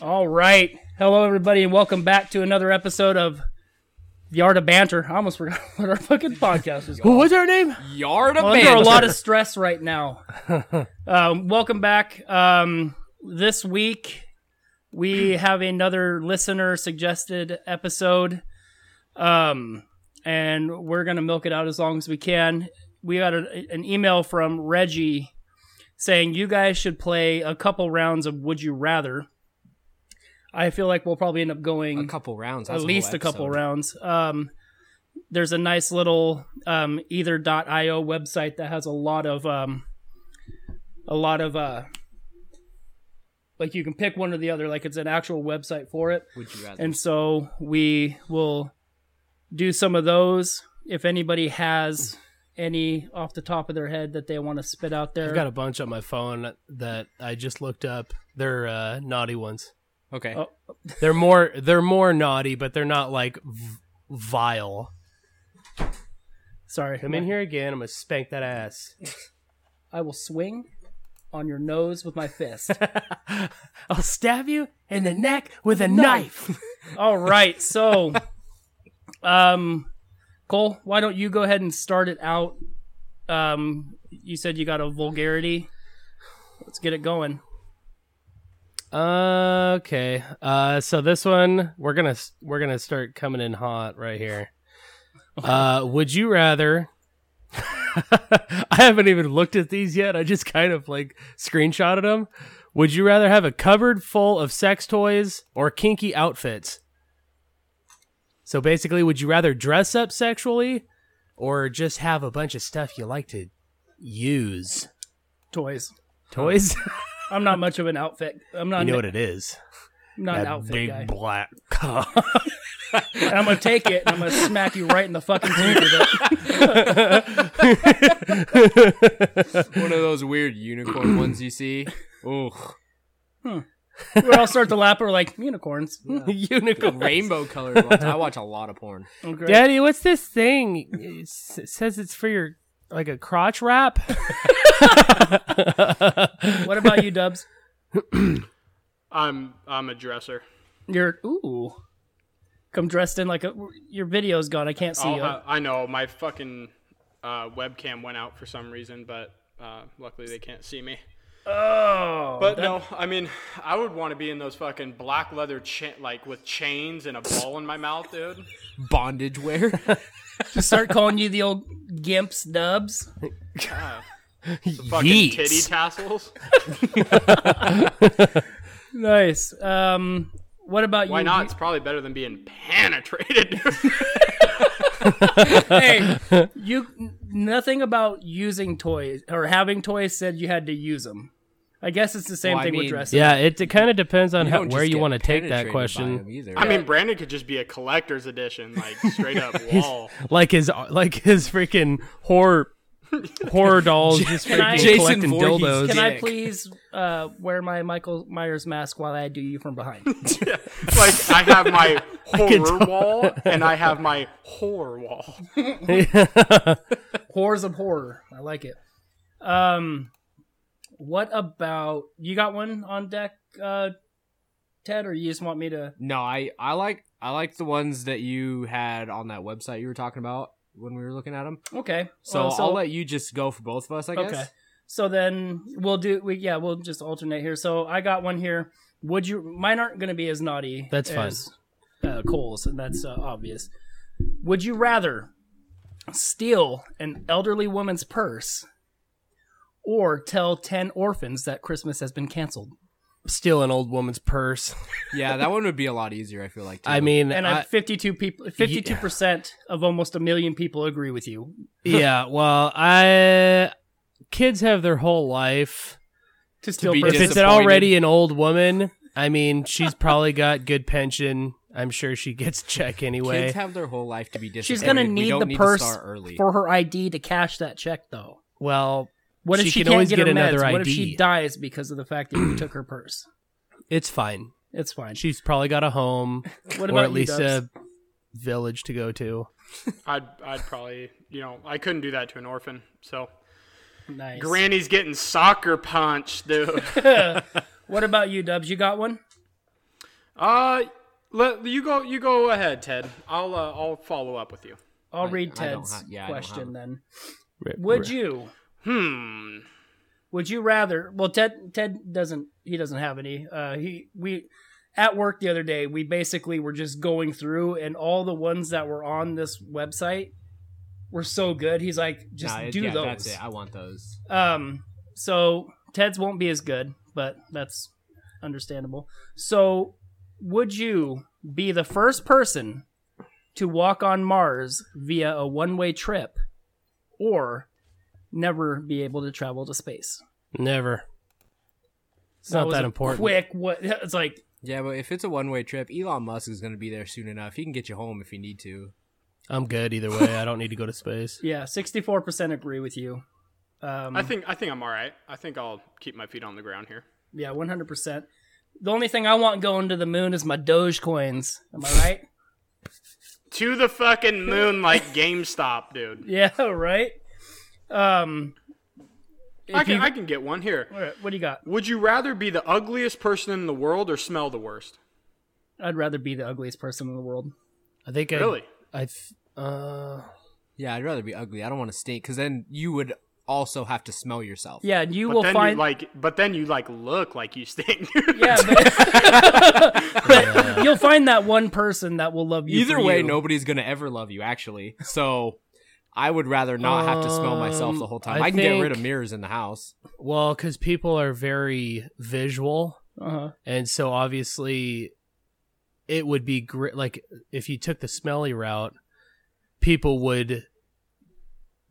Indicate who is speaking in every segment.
Speaker 1: All right. Hello, everybody, and welcome back to another episode of The Art of Banter. I almost forgot what our fucking podcast is called.
Speaker 2: What's her name?
Speaker 3: Yard of
Speaker 1: I'm
Speaker 3: banter.
Speaker 1: under a lot of stress right now. um, welcome back. Um, this week, we have another listener suggested episode, um, and we're going to milk it out as long as we can. We got a, an email from Reggie saying, You guys should play a couple rounds of Would You Rather. I feel like we'll probably end up going
Speaker 3: a couple rounds.
Speaker 1: at
Speaker 3: that's
Speaker 1: least
Speaker 3: whole
Speaker 1: a couple
Speaker 3: episode.
Speaker 1: rounds. Um, there's a nice little um, either.io website that has a lot of um, a lot of uh, like you can pick one or the other. Like it's an actual website for it,
Speaker 3: Would you rather?
Speaker 1: and so we will do some of those. If anybody has any off the top of their head that they want to spit out there,
Speaker 2: I've got a bunch on my phone that I just looked up. They're uh, naughty ones.
Speaker 3: okay.
Speaker 1: Oh.
Speaker 2: They're more they're more naughty, but they're not like v- vile.
Speaker 1: sorry,
Speaker 2: Come in here again. I'm gonna spank that ass.
Speaker 1: I will swing on your nose with my fist.
Speaker 2: I'll stab you in the neck with a
Speaker 1: Knife.
Speaker 2: knife.
Speaker 1: All right, so, um, Cole, why don't you go ahead and start it out? Um, you said you got a vulgarity. Let's get it going.
Speaker 2: Okay. Uh, so this one we're gonna we're gonna start coming in hot right here. Uh, would you rather? I haven't even looked at these yet. I just kind of like screenshotted them. Would you rather have a cupboard full of sex toys or kinky outfits? So basically, would you rather dress up sexually or just have a bunch of stuff you like to use?
Speaker 1: Toys.
Speaker 2: Toys?
Speaker 1: I'm not much of an outfit. I'm not.
Speaker 2: you know what
Speaker 1: an,
Speaker 2: it is.
Speaker 1: I'm not an
Speaker 2: That
Speaker 1: outfit
Speaker 2: big
Speaker 1: guy.
Speaker 2: black cock.
Speaker 1: And I'm gonna take it and I'm gonna smack you right in the fucking teeth with it.
Speaker 3: One of those weird unicorn ones you see. Ooh,
Speaker 1: We're all start to laugh. We're like unicorns.
Speaker 2: unicorn.
Speaker 3: rainbow colored ones. I watch a lot of porn.
Speaker 1: Okay.
Speaker 2: Daddy, what's this thing? It s- it says it's for your like a crotch wrap.
Speaker 1: What about you, Dubs?
Speaker 4: I'm I'm a dresser.
Speaker 1: You're ooh. Come dressed in like a. Your video's gone. I can't see
Speaker 4: I'll
Speaker 1: you.
Speaker 4: ha- I know my fucking uh, webcam went out for some reason, but uh, luckily they can't see me.
Speaker 1: oh.
Speaker 4: But no, I mean I would want to be in those fucking black leather cha- like with chains and a ball in my mouth, dude.
Speaker 3: Bondage wear.
Speaker 1: Start calling you the old gimps, Dubs.
Speaker 4: Fucking
Speaker 2: Yeats.
Speaker 4: titty tassels.
Speaker 1: Nice. Um, what about
Speaker 4: Why
Speaker 1: you?
Speaker 4: not? It's probably better than being penetrated. dude.
Speaker 1: Hey, you. Nothing about using toys or having toys said you had to use them. I guess it's the same
Speaker 3: Well, I
Speaker 1: thing with
Speaker 3: mean-
Speaker 1: dressing.
Speaker 2: yeah, it, kind of depends on how,
Speaker 3: don't
Speaker 2: where
Speaker 3: just
Speaker 2: you
Speaker 3: get
Speaker 2: want to take that
Speaker 3: penetrated by
Speaker 2: question.
Speaker 3: them Either.
Speaker 4: I mean, Brandon could just be a collector's edition, like straight up wall.
Speaker 2: Like his like his freaking horror horror dolls just
Speaker 1: Can I-
Speaker 2: freaking
Speaker 1: Jason
Speaker 2: collecting
Speaker 3: Voorhees.
Speaker 2: dildos.
Speaker 1: Can I
Speaker 3: dick.
Speaker 1: please uh, wear my Michael Myers mask while I do you from behind?
Speaker 4: Like I have my
Speaker 2: can
Speaker 4: horror
Speaker 2: tell.
Speaker 4: wall and I have my whore wall.
Speaker 1: Horrors of horror. I like it. Um, what about you? Got one on deck, uh, Ted, or you just want me to?
Speaker 3: no, I I like I like the ones that you had on that website you were talking about when we were looking at them.
Speaker 1: Okay.
Speaker 3: So,
Speaker 1: Well,
Speaker 3: I'll let you just go for both of us. I guess.
Speaker 1: Oh, Okay. So then we'll do we yeah, we'll just alternate here. So I got one here. Would you mine aren't going to be as naughty
Speaker 2: That's fine.
Speaker 1: as uh, Cole's and that's uh, obvious. Would you rather steal an elderly woman's purse or tell 10 orphans that Christmas has been canceled?
Speaker 2: Steal an old woman's purse.
Speaker 3: Yeah, that one would be a lot easier. I feel like. Too.
Speaker 2: I mean,
Speaker 1: And
Speaker 2: I-
Speaker 1: I, 52 people 52% of almost a million people agree with you.
Speaker 2: yeah. Well, I kids have their whole life.
Speaker 1: To steal
Speaker 3: be
Speaker 2: if
Speaker 1: purses.
Speaker 2: it's
Speaker 3: disappointed.
Speaker 2: already an old woman, I mean, she's probably got good pension. I'm sure she gets a check anyway.
Speaker 3: kids have their whole life to be disappointed.
Speaker 1: She's going to
Speaker 3: we
Speaker 1: need
Speaker 3: don't
Speaker 1: the
Speaker 3: need
Speaker 1: purse
Speaker 3: to start early.
Speaker 1: for her ID to cash that check though.
Speaker 2: well,
Speaker 1: What if she,
Speaker 2: She can
Speaker 1: can't
Speaker 2: always
Speaker 1: get,
Speaker 2: get
Speaker 1: her
Speaker 2: another
Speaker 1: meds? What if she
Speaker 2: ID.
Speaker 1: dies because of the fact that you took her purse?
Speaker 2: it's fine.
Speaker 1: It's fine.
Speaker 2: She's probably got a home
Speaker 1: What
Speaker 2: or
Speaker 1: about
Speaker 2: at
Speaker 1: you,
Speaker 2: least uh,
Speaker 1: Dubs?
Speaker 2: a village to go to.
Speaker 4: I'd I'd probably you know I couldn't do that to an orphan. So
Speaker 1: nice.
Speaker 4: Granny's getting soccer punched, dude.
Speaker 1: what about you, Dubs? You got one?
Speaker 4: Uh, let you go. You go ahead, Ted. I'll uh, I'll follow up with you.
Speaker 1: I'll
Speaker 3: I-
Speaker 1: read
Speaker 3: I don't
Speaker 1: Ted's
Speaker 3: ha- yeah, I don't
Speaker 1: question
Speaker 3: have-
Speaker 1: then.
Speaker 2: Ri-
Speaker 1: Would
Speaker 2: ri-
Speaker 1: you?
Speaker 4: Hmm.
Speaker 1: Would you rather? Well, Ted Ted doesn't he doesn't have any. Uh, he we at work the other day we basically were just going through and all the ones that were on this website were so good. He's like, just
Speaker 3: Nah, it-
Speaker 1: do
Speaker 3: yeah,
Speaker 1: those.
Speaker 3: That's it. I want those.
Speaker 1: Um, so Ted's won't be as good, but that's understandable. So, would you be the first person to walk on Mars via a one way trip or never be able to travel to space?
Speaker 2: Never. It's not
Speaker 1: was
Speaker 2: that
Speaker 1: a
Speaker 2: important.
Speaker 1: Quick, what? It's like,
Speaker 3: Yeah, but if it's a one-way trip, Elon Musk is going to be there soon enough. He can get you home if you need to.
Speaker 2: I'm good either way. I don't need to go to space.
Speaker 1: yeah, 64% agree with you. Um,
Speaker 4: I think I think I'm all right. I think I'll keep my feet on the ground here.
Speaker 1: yeah, 100%. The only thing I want going to the moon is my Doge coins. Am I right?
Speaker 4: To the fucking moon, like GameStop, dude.
Speaker 1: yeah, right? Um,
Speaker 4: I
Speaker 1: if
Speaker 4: can
Speaker 1: you-
Speaker 4: I can get one here.
Speaker 1: All right, what do you got?
Speaker 4: Would you rather be the ugliest person in the world or smell the worst?
Speaker 1: I'd rather be the ugliest person in the world.
Speaker 2: I think I.
Speaker 4: Really?
Speaker 2: I. th- Uh,
Speaker 3: Yeah, I'd rather be ugly. I don't want to stink because then you would also have to smell yourself.
Speaker 1: Yeah, and you
Speaker 4: But
Speaker 1: will
Speaker 4: then
Speaker 1: find.
Speaker 4: you like, but then you like look like you stink.
Speaker 1: yeah, but, but you'll find that one person that will love you.
Speaker 3: Either
Speaker 1: for
Speaker 3: way,
Speaker 1: you.
Speaker 3: nobody's going to ever love you, actually. So I would rather not have to smell myself the whole time.
Speaker 2: Um, I
Speaker 3: I, can get rid of
Speaker 2: think-
Speaker 3: mirrors in the house.
Speaker 2: well, because people are very visual,
Speaker 1: Uh-huh.
Speaker 2: and so obviously, it would be great. Like if you took the smelly route, people would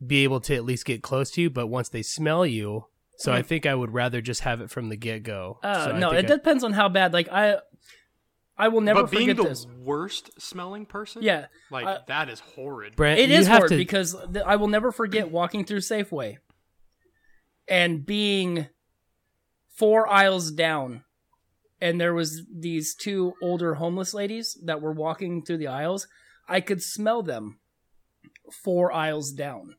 Speaker 2: be able to at least get close to you. But once they smell you, so I think I would rather just have it from the get go.
Speaker 1: Uh,
Speaker 2: so I
Speaker 1: Mm-hmm. no,
Speaker 2: think
Speaker 1: it
Speaker 2: I-
Speaker 1: depends on how bad. Like I, I will never
Speaker 4: but being
Speaker 1: forget
Speaker 4: the
Speaker 1: this.
Speaker 4: worst smelling person,
Speaker 1: Yeah,
Speaker 4: like
Speaker 1: I-
Speaker 4: that is horrid.
Speaker 2: Brent,
Speaker 1: it
Speaker 2: you
Speaker 1: is
Speaker 2: have
Speaker 1: hard
Speaker 2: to,
Speaker 1: because th- I will never forget walking through Safeway and being four aisles down, and there was these two older homeless ladies that were walking through the aisles. I could smell them four aisles down,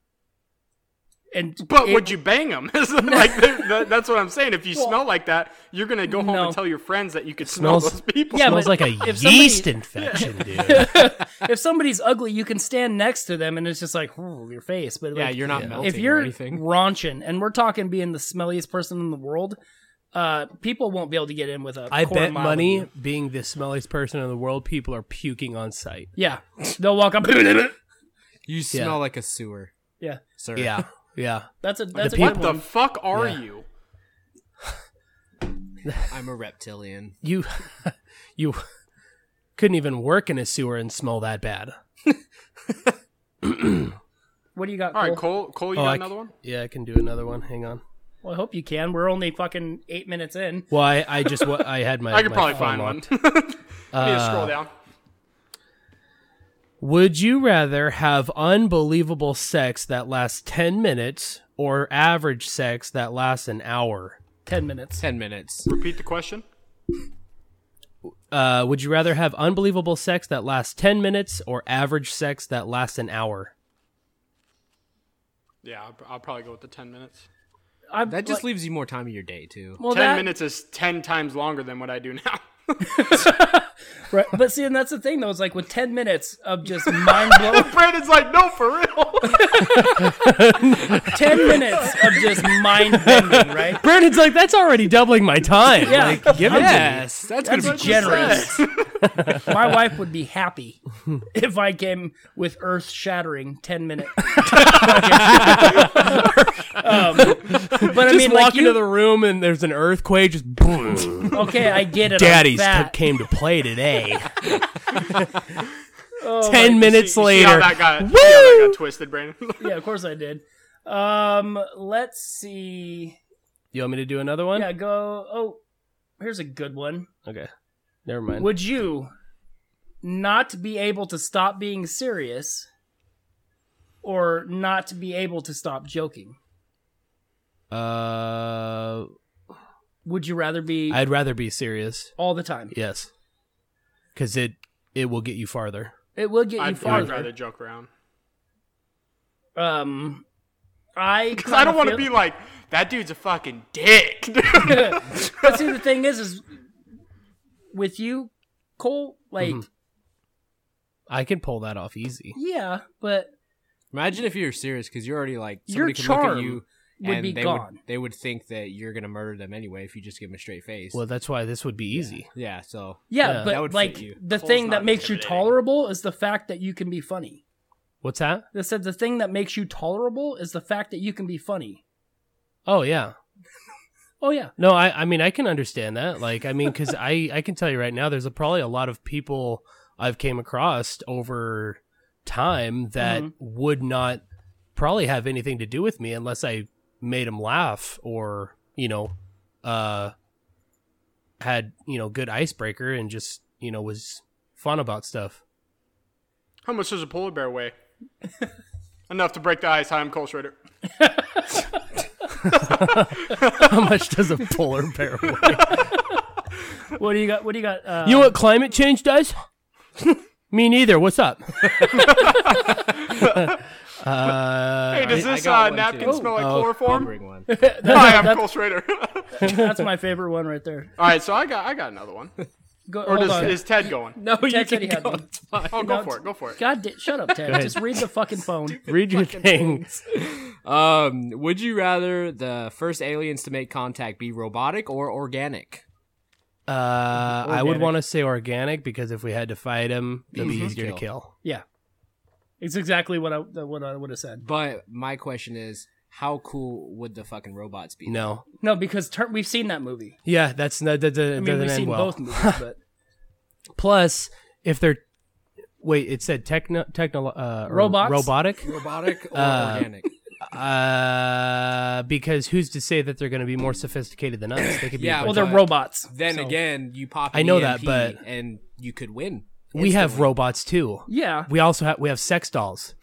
Speaker 1: and
Speaker 4: But
Speaker 1: it-
Speaker 4: would you bang them? like that, that- that's what I'm saying. If you
Speaker 1: Well,
Speaker 4: smell like that, you're gonna go home
Speaker 1: no.
Speaker 4: and tell your friends that you could smell
Speaker 2: Smells-
Speaker 4: those people.
Speaker 1: Yeah,
Speaker 2: smells
Speaker 1: but
Speaker 2: like a
Speaker 1: if
Speaker 2: yeast
Speaker 1: somebody-
Speaker 2: infection, dude.
Speaker 1: if somebody's ugly, you can stand next to them, and it's just like "Ooh, your face. But
Speaker 3: yeah,
Speaker 1: like,
Speaker 3: you're not melting
Speaker 1: if you're
Speaker 3: or anything.
Speaker 1: raunching, and we're talking being the smelliest person in the world, uh, people won't be able to get in with a.
Speaker 2: I
Speaker 1: quarter
Speaker 2: bet
Speaker 1: mile of
Speaker 2: money,
Speaker 1: you.
Speaker 2: being the smelliest person in the world, people are puking on sight.
Speaker 1: Yeah, they'll walk up.
Speaker 3: You smell like a sewer.
Speaker 1: Yeah.
Speaker 3: Sir.
Speaker 2: Yeah, yeah.
Speaker 1: that's a that's a
Speaker 2: people-
Speaker 1: good
Speaker 4: what the
Speaker 1: one.
Speaker 4: fuck are
Speaker 2: Yeah.
Speaker 4: you?
Speaker 3: I'm a reptilian.
Speaker 2: You, you couldn't even work in a sewer and smell that bad.
Speaker 1: What do you got?
Speaker 4: All right,
Speaker 1: Cole?
Speaker 4: Cole. Cole, you
Speaker 2: Oh,
Speaker 4: got
Speaker 2: I c-
Speaker 4: another one?
Speaker 2: Yeah, I can do another one. Hang on.
Speaker 1: Well, I hope you can. We're only fucking eight minutes in.
Speaker 2: Well, I, I just wa- I had my.
Speaker 4: I could
Speaker 2: my
Speaker 4: probably
Speaker 2: phone
Speaker 4: find
Speaker 2: on.
Speaker 4: one. Need to
Speaker 2: Uh,
Speaker 4: scroll down.
Speaker 2: Would you rather have unbelievable sex that lasts ten minutes or average sex that lasts an hour?
Speaker 1: Ten minutes.
Speaker 3: 10 minutes.
Speaker 4: Repeat the question.
Speaker 2: Uh, would you rather have unbelievable sex that lasts ten minutes or average sex that lasts an hour?
Speaker 4: Yeah, I'll, I'll probably go with the ten minutes.
Speaker 1: I'm,
Speaker 3: That just
Speaker 1: like,
Speaker 3: leaves you more time of your day, too.
Speaker 1: well,
Speaker 4: ten
Speaker 1: that-
Speaker 4: minutes is ten times longer than what I do now.
Speaker 1: Right. But see, and that's the thing though. It's like with ten minutes of just mind blowing.
Speaker 4: Brandon's like, no, for real.
Speaker 1: 10 minutes of just mind bending, right?
Speaker 2: Brandon's like, that's already doubling my time.
Speaker 1: Yeah.
Speaker 2: Like, give it to me.
Speaker 3: Yes, that's, gonna be
Speaker 1: generous. My wife would be happy if I came with earth shattering 10 minute. um, but I
Speaker 2: Just
Speaker 1: mean,
Speaker 2: walk
Speaker 1: like,
Speaker 2: into
Speaker 1: you,
Speaker 2: the room and there's an earthquake. Just boom.
Speaker 1: okay, I get it. I'm
Speaker 2: Daddy's
Speaker 1: fat.
Speaker 2: t- came to play today.
Speaker 1: Oh,
Speaker 2: Ten minutes
Speaker 4: See- see how
Speaker 2: later.
Speaker 4: that got, see how that
Speaker 2: Woo!
Speaker 4: got twisted, Brandon.
Speaker 1: yeah, of course I did. Um, let's see.
Speaker 2: You want me to do another one?
Speaker 1: Yeah, go. Oh, here's a good one.
Speaker 2: Okay. Never mind.
Speaker 1: Would you not be able to stop being serious or not be able to stop joking?
Speaker 2: Uh,
Speaker 1: Would you rather be
Speaker 2: I'd rather be serious.
Speaker 1: all the time?
Speaker 2: Yes. Because it it will get you farther.
Speaker 1: It will get you
Speaker 4: I'd, I'd
Speaker 1: farther.
Speaker 4: rather joke around.
Speaker 1: Um, I
Speaker 4: Because I don't want to be like, that dude's a fucking dick. dude."
Speaker 1: But see, the thing is, is with you, Cole? Like,
Speaker 3: Mm-hmm.
Speaker 2: Mhm. I can pull that off easy.
Speaker 1: yeah, but
Speaker 3: Imagine if you're serious because you're already like
Speaker 1: Your
Speaker 3: somebody could look at
Speaker 1: charm
Speaker 3: you
Speaker 1: would
Speaker 3: and
Speaker 1: be
Speaker 3: they
Speaker 1: gone.
Speaker 3: would they would think that you're gonna murder them anyway if you just give them a straight face.
Speaker 2: Well, that's why this would be easy.
Speaker 3: yeah, so
Speaker 1: yeah,
Speaker 2: Yeah.
Speaker 3: That
Speaker 1: but
Speaker 3: would fit
Speaker 1: like
Speaker 3: you.
Speaker 1: the
Speaker 4: Cole's
Speaker 1: thing that
Speaker 4: not
Speaker 1: makes you
Speaker 4: intimidating.
Speaker 1: tolerable is the fact that you can be funny.
Speaker 2: What's that?
Speaker 1: They said the thing that makes you tolerable is the fact that you can be funny.
Speaker 2: Oh yeah.
Speaker 1: Oh yeah,
Speaker 2: No, I I mean I can understand that. Like I mean cuz I I can tell you right now there's a, probably a lot of people I've came across over time that
Speaker 1: Mhm.
Speaker 2: would not probably have anything to do with me unless I made them laugh or, you know, uh had, you know, good icebreaker and just, you know, was fun about stuff.
Speaker 4: How much does a polar bear weigh? Enough to break the ice. Hi, I'm Cole Schrader.
Speaker 2: How much does a polar bear weigh?
Speaker 1: what do you got? What do you got? Uh,
Speaker 2: You know what climate change does? me neither. What's up? uh,
Speaker 4: Hey, does
Speaker 3: I- I
Speaker 4: this
Speaker 3: got
Speaker 4: uh,
Speaker 3: one,
Speaker 4: napkin
Speaker 3: too.
Speaker 4: smell like
Speaker 2: Oh,
Speaker 3: I'll
Speaker 4: chloroform?
Speaker 3: bring one.
Speaker 4: Hi, I'm Cole Schrader.
Speaker 1: that's my favorite one right there.
Speaker 4: All right, so I got I got another one.
Speaker 1: Go,
Speaker 4: Or
Speaker 1: hold
Speaker 4: does,
Speaker 1: on.
Speaker 4: is Ted going?
Speaker 2: no,
Speaker 1: Ted said he had one.
Speaker 4: Oh, go
Speaker 1: No,
Speaker 4: for it. Go for it.
Speaker 1: God, da- shut up, Ted.
Speaker 2: ahead.
Speaker 1: Just read the fucking phone.
Speaker 2: Read your things.
Speaker 3: Um, would you rather the first aliens to make contact be robotic or organic?
Speaker 2: Uh, I would
Speaker 1: Organic.
Speaker 2: want to say organic because if we had to fight him, it'd be
Speaker 3: Easy
Speaker 2: easier to
Speaker 3: kill.
Speaker 2: kill.
Speaker 1: It's exactly what I what I would have said.
Speaker 3: But my question is, how cool would the fucking robots be?
Speaker 2: No.
Speaker 1: No, because tur we've seen that movie.
Speaker 2: Yeah, that's not, that, that,
Speaker 1: I mean,
Speaker 2: doesn't
Speaker 1: we've
Speaker 2: end
Speaker 1: seen
Speaker 2: well.
Speaker 1: both movies, but
Speaker 2: Plus, if they're wait, it said techno techno uh, or
Speaker 1: Robots?
Speaker 2: robotic.
Speaker 3: Robotic or
Speaker 2: Uh,
Speaker 3: organic?
Speaker 2: Uh, because who's to say that they're going to be more sophisticated than us? They could be.
Speaker 4: Oh,
Speaker 3: Yeah,
Speaker 2: a
Speaker 1: well,
Speaker 2: bunch
Speaker 1: they're
Speaker 3: But
Speaker 1: robots.
Speaker 3: Then
Speaker 1: so-
Speaker 3: again, you pop.
Speaker 2: I
Speaker 3: an
Speaker 2: know that,
Speaker 3: EMP
Speaker 2: but-
Speaker 3: and you could win.
Speaker 2: of- we have
Speaker 3: instantly.
Speaker 2: robots too.
Speaker 1: yeah.
Speaker 2: We also have we have sex dolls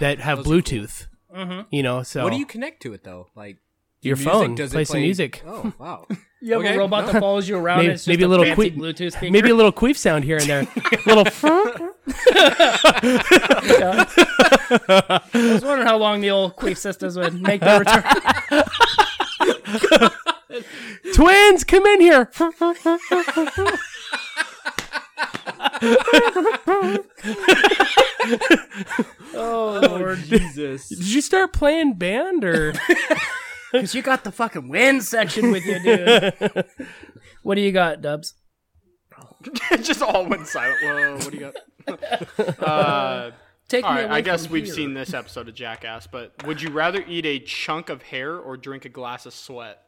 Speaker 2: that have
Speaker 3: Those are cool.
Speaker 2: Bluetooth.
Speaker 1: hmm
Speaker 2: You know, so
Speaker 3: What do you connect to it though? Like
Speaker 2: Your
Speaker 3: music?
Speaker 2: phone.
Speaker 3: Does it
Speaker 2: Play some music.
Speaker 3: Oh wow!
Speaker 1: You have
Speaker 3: Okay,
Speaker 1: a robot that follows you around.
Speaker 2: Maybe-
Speaker 1: and it's just
Speaker 2: maybe
Speaker 1: a
Speaker 2: a little
Speaker 1: fancy
Speaker 2: quick-
Speaker 1: Bluetooth speaker.
Speaker 2: maybe a little queef sound here and there, little.
Speaker 1: I was wondering how long the old queef sisters would make their return.
Speaker 2: Twins, come in here.
Speaker 1: oh lord,
Speaker 3: Jesus.
Speaker 2: Did you start playing band or?
Speaker 1: because you got the fucking wind section with you, dude. what do you got, Dubs?
Speaker 4: just all went silent. Whoa, what do you got? uh,
Speaker 1: Take
Speaker 4: all
Speaker 1: me
Speaker 4: right,
Speaker 1: away
Speaker 4: I guess
Speaker 1: from
Speaker 4: we've
Speaker 1: here.
Speaker 4: seen this episode of Jackass, but would you rather eat a chunk of hair or drink a glass of sweat?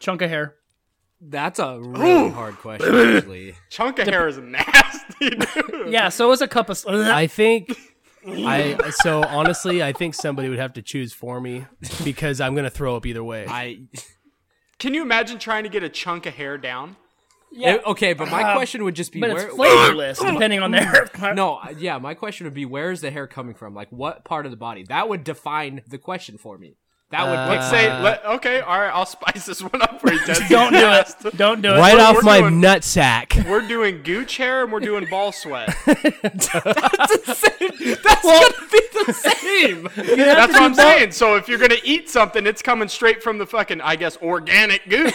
Speaker 1: chunk of hair.
Speaker 3: That's a really hard question. Actually,
Speaker 4: Chunk of hair is nasty, dude.
Speaker 1: Yeah, so is a cup of.
Speaker 2: I think. I so honestly, I think somebody would have to choose for me because I'm gonna throw up either way.
Speaker 3: I
Speaker 4: Can you imagine trying to get a chunk of hair down?
Speaker 1: yeah,
Speaker 3: eh,
Speaker 1: Uh,
Speaker 3: okay, but my question would just be
Speaker 1: but
Speaker 3: where.
Speaker 1: it's flavorless depending on the hair.
Speaker 3: no, I- yeah, my question would be where is the hair coming from? Like what part of the body? That would define the question for me. That
Speaker 2: Uh,
Speaker 3: would
Speaker 4: Let's say, let, okay, all right, I'll spice this one up for you, Ted.
Speaker 1: Uh, Don't do it. Don't do it.
Speaker 2: right
Speaker 4: we're-
Speaker 2: off
Speaker 4: we're
Speaker 2: my
Speaker 4: doing-
Speaker 2: nutsack.
Speaker 4: We're doing gooch hair and we're doing ball sweat.
Speaker 3: that's gonna be the same.
Speaker 4: That's what I'm saying. So if you're gonna eat something, it's coming straight from the fucking, I guess, organic gooch.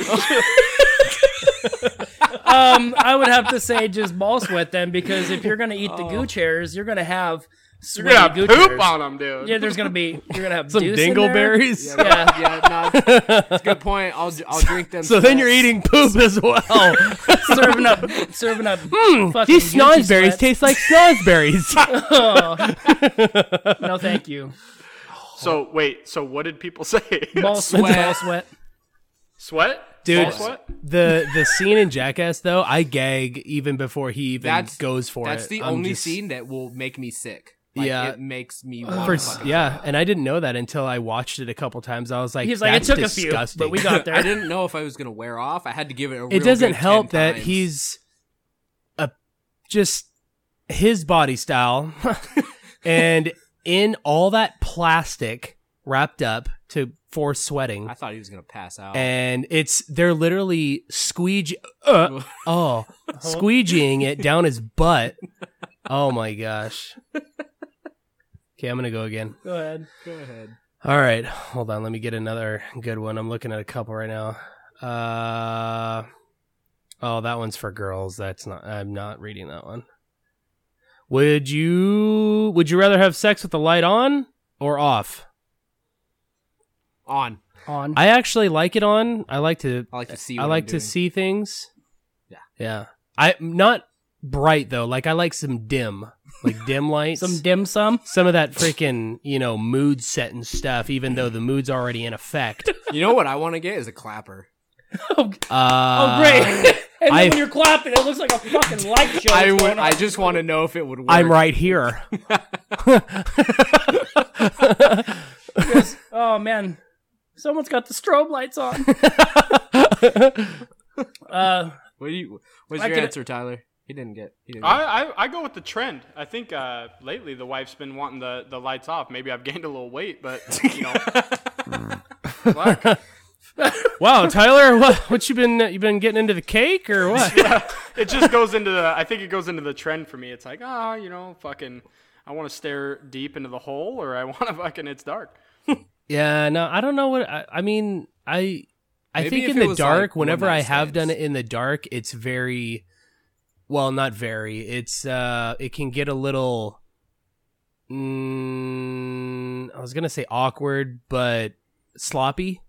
Speaker 1: Um, I would have to say just ball sweat then, because if you're gonna eat the gooch hairs, you're gonna have
Speaker 4: Oh. you're
Speaker 1: sweaty
Speaker 4: gonna
Speaker 1: gooch hairs.
Speaker 4: poop on them, dude.
Speaker 1: Yeah, there's gonna be you're gonna have
Speaker 2: Some
Speaker 1: deuce in there.
Speaker 2: dingleberries.
Speaker 1: Yeah,
Speaker 3: yeah, no, that's a good point. I'll I'll drink them.
Speaker 2: So then you're
Speaker 3: sweats.
Speaker 2: eating poop as well.
Speaker 1: serving up, serving up. fucking
Speaker 2: Hmm, These
Speaker 1: Gucci
Speaker 2: snozzberries
Speaker 1: sweats.
Speaker 2: taste like snozzberries.
Speaker 1: No, thank you.
Speaker 4: So wait, so what did people say?
Speaker 1: Ball sweat,
Speaker 3: Sweat.
Speaker 1: ball sweat.
Speaker 4: sweat,
Speaker 2: Dude.
Speaker 4: Ball sweat.
Speaker 2: the the scene in Jackass though, I gag even before he even
Speaker 3: That's-
Speaker 2: goes for
Speaker 3: That's
Speaker 2: it.
Speaker 3: the
Speaker 2: I'm
Speaker 3: only
Speaker 2: just-
Speaker 3: scene that will make me sick. Like,
Speaker 2: Yeah.
Speaker 3: it makes me. wanna
Speaker 2: for-
Speaker 3: fucking-
Speaker 2: yeah, and I didn't know that until I watched it a couple times. I was like,
Speaker 1: He's like, it
Speaker 2: "That's
Speaker 1: took a few,
Speaker 2: disgusting."
Speaker 1: but we got
Speaker 3: I
Speaker 1: there.
Speaker 3: didn't know if I was gonna wear off. I had to give it a.
Speaker 2: it doesn't help that he's a just his body style and in all that plastic wrapped up to for sweating
Speaker 3: I thought he was gonna pass out.
Speaker 2: and it's they're literally squeege uh, oh squeegeeing it down his butt oh my gosh okay i'm gonna go again
Speaker 1: Go ahead.
Speaker 3: Go ahead.
Speaker 2: all right, hold on. Let me get another good one. I'm looking at a couple right now. Uh, Oh, that one's for girls. That's not. I'm not reading that one. Would you Would you rather have sex with the light on or off?
Speaker 3: On.
Speaker 1: On.
Speaker 2: I actually like it on. I like to.
Speaker 3: I like to see.
Speaker 2: I
Speaker 3: what I'm
Speaker 2: like to
Speaker 3: doing.
Speaker 2: see things.
Speaker 3: Yeah.
Speaker 2: Yeah. I not bright though. Like I like some dim, like dim lights.
Speaker 1: some dim sum.
Speaker 2: some of that freaking you know mood setting stuff. Even though the mood's already in effect.
Speaker 3: You know what I want to get is a clapper.
Speaker 2: Uh,
Speaker 1: oh, great. and then
Speaker 2: I-
Speaker 1: when you're clapping, it looks like a fucking light show.
Speaker 3: I
Speaker 1: is
Speaker 3: would.
Speaker 1: going on.
Speaker 3: I just want to know if it would work.
Speaker 2: I'm right here.
Speaker 1: Oh man, someone's got the strobe lights on. uh,
Speaker 3: What do you? What's
Speaker 1: I
Speaker 3: your
Speaker 1: could-
Speaker 3: answer, Tyler? He didn't get. He didn't. get.
Speaker 4: I, I, I go with the trend. I think uh, lately the wife's been wanting the, the lights off. Maybe I've gained a little weight, but you know, fuck.
Speaker 2: wow, Tyler, what, what you been you been getting into the cake or what?
Speaker 4: it just goes into the. I think it goes into the trend for me. It's like ah, you know, fucking. I want to stare deep into the hole, or I want to fucking. It's dark.
Speaker 2: Yeah, no, I don't know what I, I mean. I I
Speaker 3: Maybe
Speaker 2: think
Speaker 3: if
Speaker 2: in
Speaker 3: it
Speaker 2: the
Speaker 3: was,
Speaker 2: dark,
Speaker 3: like, one
Speaker 2: whenever I
Speaker 3: night
Speaker 2: have done it
Speaker 3: stands.
Speaker 2: in the dark, it's very well, not very. It's uh, it can get a little. Mm, I was gonna say awkward, but sloppy.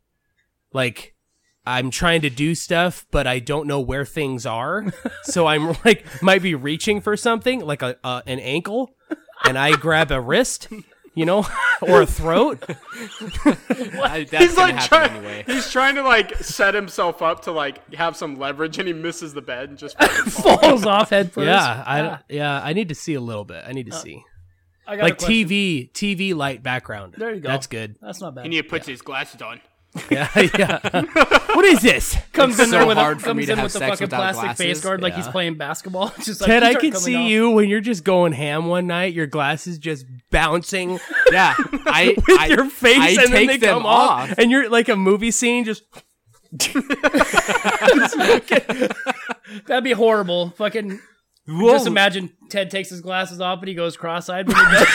Speaker 2: Like I'm trying to do stuff, but I don't know where things are. so I'm like, might be reaching for something like a uh, an ankle, and I grab a wrist, you know, or a throat.
Speaker 3: I- that's
Speaker 4: he's
Speaker 3: gonna happen
Speaker 4: like trying.
Speaker 3: anyway.
Speaker 4: He's trying to like set himself up to like have some leverage, and he misses the bed and just. fucking falls.
Speaker 1: falls off head first.
Speaker 2: Yeah, I don't- yeah, I need to see a little bit. I need to see
Speaker 1: I got a
Speaker 2: like
Speaker 1: question.
Speaker 2: TV, TV light background.
Speaker 1: There you go.
Speaker 2: That's good.
Speaker 1: That's not bad.
Speaker 4: and he puts his glasses on.
Speaker 2: Yeah, yeah. what is this?
Speaker 1: comes
Speaker 3: It's
Speaker 1: in
Speaker 3: so
Speaker 1: there with a,
Speaker 3: hard for me
Speaker 1: comes
Speaker 3: to
Speaker 1: in
Speaker 3: have
Speaker 1: with a
Speaker 3: sex
Speaker 1: fucking
Speaker 3: without
Speaker 1: plastic
Speaker 3: glasses.
Speaker 1: face guard like he's
Speaker 2: Yeah.
Speaker 1: playing basketball. It's just like,
Speaker 2: Ted,
Speaker 1: these
Speaker 2: I
Speaker 1: aren't
Speaker 2: can
Speaker 1: coming
Speaker 2: see
Speaker 1: off.
Speaker 2: you when you're just going ham one night. Your glasses just bouncing
Speaker 3: yeah, I.
Speaker 2: with
Speaker 3: I,
Speaker 2: your face,
Speaker 3: I
Speaker 2: and then
Speaker 3: take
Speaker 2: they
Speaker 3: them
Speaker 2: come off.
Speaker 3: off.
Speaker 2: and you're like a movie scene. Just
Speaker 1: That'd be horrible. Fucking
Speaker 3: Whoa.
Speaker 2: Oh.
Speaker 1: just imagine Ted takes his glasses off and he goes cross-eyed. When he does.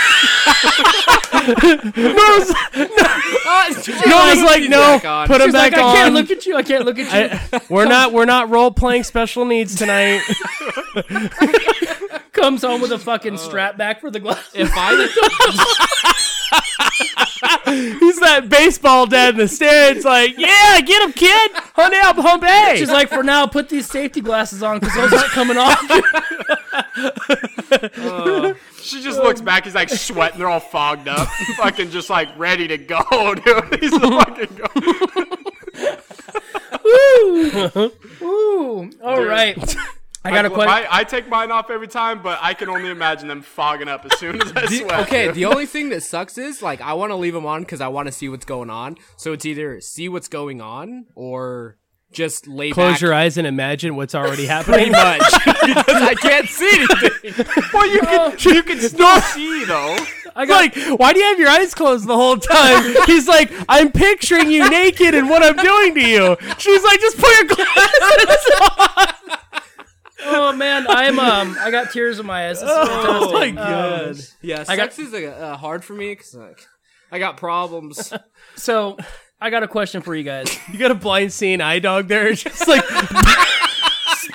Speaker 2: Noah's,
Speaker 3: Ah,
Speaker 2: Noah's like, "Oh,
Speaker 3: He's
Speaker 2: no,
Speaker 3: back on.
Speaker 2: put them
Speaker 1: He's
Speaker 2: back
Speaker 1: like, I can't
Speaker 2: on.
Speaker 1: look at you. I can't look at you.
Speaker 2: I- we're not, we're not role playing special needs tonight.
Speaker 1: Comes home with a fucking strap back for the glasses.
Speaker 3: If I,
Speaker 2: He's that baseball dad in the stands, like, yeah, get him, kid. Hunt up, hump A.
Speaker 1: She's like, for now, put these safety glasses on because those aren't coming off.
Speaker 4: She just looks back. He's like sweating. They're all fogged up. fucking just like ready to go, dude. He's fucking go.
Speaker 1: Ooh, all right. I got a
Speaker 4: Like,
Speaker 1: question.
Speaker 4: I, I take mine off every time, but I can only imagine them fogging up as soon as I
Speaker 3: the,
Speaker 4: sweat.
Speaker 3: okay,
Speaker 4: dude.
Speaker 3: the only thing that sucks is like I want to leave them on because I want to see what's going on. So it's either see what's going on or just lay
Speaker 2: Close
Speaker 3: back.
Speaker 2: your eyes and imagine what's already happening.
Speaker 3: much because I can't see anything.
Speaker 4: well, you can you can still see though.
Speaker 2: I got- like, why do you have your eyes closed the whole time? He's like, I'm picturing you naked and what I'm doing to you. She's like, just put your glasses on.
Speaker 1: Oh man, I'm um, I got tears in my eyes. This is
Speaker 2: Oh my
Speaker 1: fantastic. Um,
Speaker 2: god.
Speaker 3: Yeah,
Speaker 1: got-
Speaker 3: sex is like, uh, hard for me because like, I got problems.
Speaker 1: so, I got a question for you guys.
Speaker 2: You got a blind seeing eye dog there. Just like,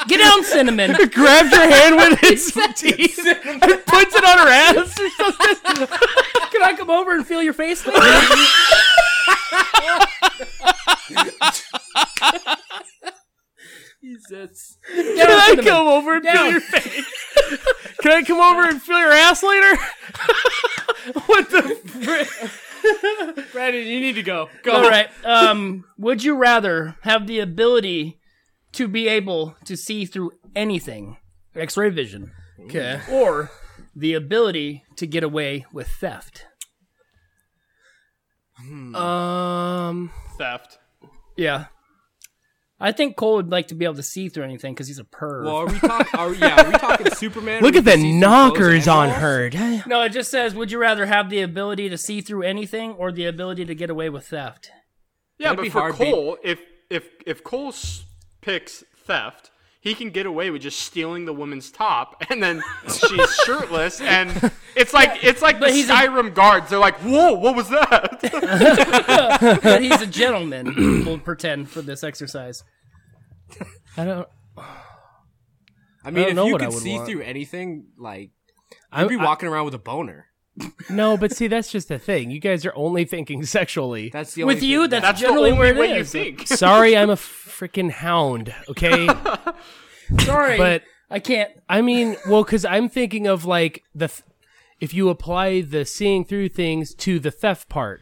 Speaker 1: Get down, cinnamon.
Speaker 2: grabs your hand with his teeth and puts it on her ass. or something.
Speaker 1: Can I come over and feel your face? later?
Speaker 3: Jesus.
Speaker 1: Get down,
Speaker 2: Can I
Speaker 1: cinnamon.
Speaker 2: come over and feel
Speaker 1: Down.
Speaker 2: your face? Can I come over and feel your ass later? what the?
Speaker 3: Brandon, you need to go. Go.
Speaker 1: All right. Um, would you rather have the ability to be able to see through anything, X-ray vision,
Speaker 2: Okay.
Speaker 1: or the ability to get away with theft?
Speaker 2: Um.
Speaker 4: Theft.
Speaker 1: Yeah. I think Cole would like to be able to see through anything because he's a perv.
Speaker 3: Well, are we talking? Are, yeah, are we talking Superman?
Speaker 2: Look
Speaker 3: We
Speaker 2: at
Speaker 3: can
Speaker 2: the
Speaker 3: see through clothes
Speaker 2: knockers
Speaker 3: and
Speaker 2: on
Speaker 3: walls?
Speaker 2: her.
Speaker 1: no, it just says, would you rather have the ability to see through anything or the ability to get away with theft?
Speaker 4: Yeah,
Speaker 3: That'd
Speaker 4: but
Speaker 3: be
Speaker 4: for
Speaker 3: hard, babe.
Speaker 4: Cole, if if if Cole s- picks theft, he can get away with just stealing the woman's top, and then she's shirtless, and it's like it's like the
Speaker 1: But he's a-
Speaker 4: Skyrim guards. They're like, "Whoa, what was that?"
Speaker 1: But he's a gentleman, we'll pretend for this exercise.
Speaker 2: I don't.
Speaker 3: I mean,
Speaker 2: don't
Speaker 3: if
Speaker 2: know
Speaker 3: you
Speaker 2: what I
Speaker 3: could
Speaker 2: would
Speaker 3: see
Speaker 2: want.
Speaker 3: through anything, like
Speaker 2: I-
Speaker 3: you'd be
Speaker 2: I-
Speaker 3: walking around with a boner.
Speaker 2: No, but see, that's just the thing. You guys are only thinking sexually.
Speaker 3: That's the
Speaker 1: With
Speaker 3: only
Speaker 1: you,
Speaker 3: thing.
Speaker 1: that's,
Speaker 4: That's the
Speaker 1: generally
Speaker 4: only
Speaker 1: where it
Speaker 4: way you
Speaker 1: is.
Speaker 4: think.
Speaker 2: Sorry, I'm a freaking hound. Okay,
Speaker 1: Sorry,
Speaker 2: but
Speaker 1: I can't.
Speaker 2: I mean, well, because I'm thinking of like the th- if you apply the seeing through things to the theft part,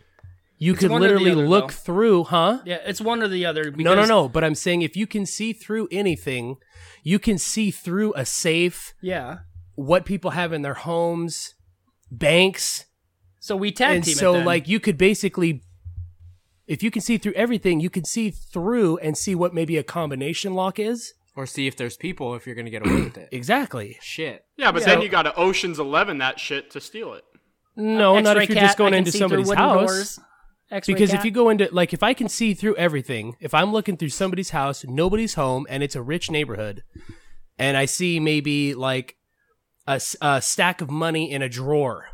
Speaker 2: you could
Speaker 1: one or the
Speaker 2: literally
Speaker 1: other,
Speaker 2: look
Speaker 1: though.
Speaker 2: through, huh?
Speaker 1: Yeah, it's one or the other.
Speaker 2: No, no,
Speaker 1: because-
Speaker 2: no. But I'm saying if you can see through anything, you can see through a safe,
Speaker 1: Yeah.
Speaker 2: what people have in their homes, banks,
Speaker 1: So we tag
Speaker 2: and
Speaker 1: team. it
Speaker 2: so
Speaker 1: then.
Speaker 2: like you could basically. If you can see through everything, you can see through and see what maybe a combination lock is.
Speaker 3: or see if there's people if you're gonna get away with it.
Speaker 2: Exactly.
Speaker 3: Shit.
Speaker 4: yeah, but
Speaker 1: Yeah.
Speaker 4: then you got to Ocean's Eleven that shit to steal it.
Speaker 2: No, not
Speaker 1: X-ray
Speaker 2: if you're
Speaker 1: cat,
Speaker 2: just going
Speaker 1: I can
Speaker 2: into
Speaker 1: see through
Speaker 2: somebody's
Speaker 1: wooden
Speaker 2: house.
Speaker 1: doors. X-ray
Speaker 2: Because
Speaker 1: cat.
Speaker 2: if you go into like if I can see through everything, if I'm looking through somebody's house, nobody's home, and it's a rich neighborhood, and I see maybe like a, s- a stack of money in a drawer,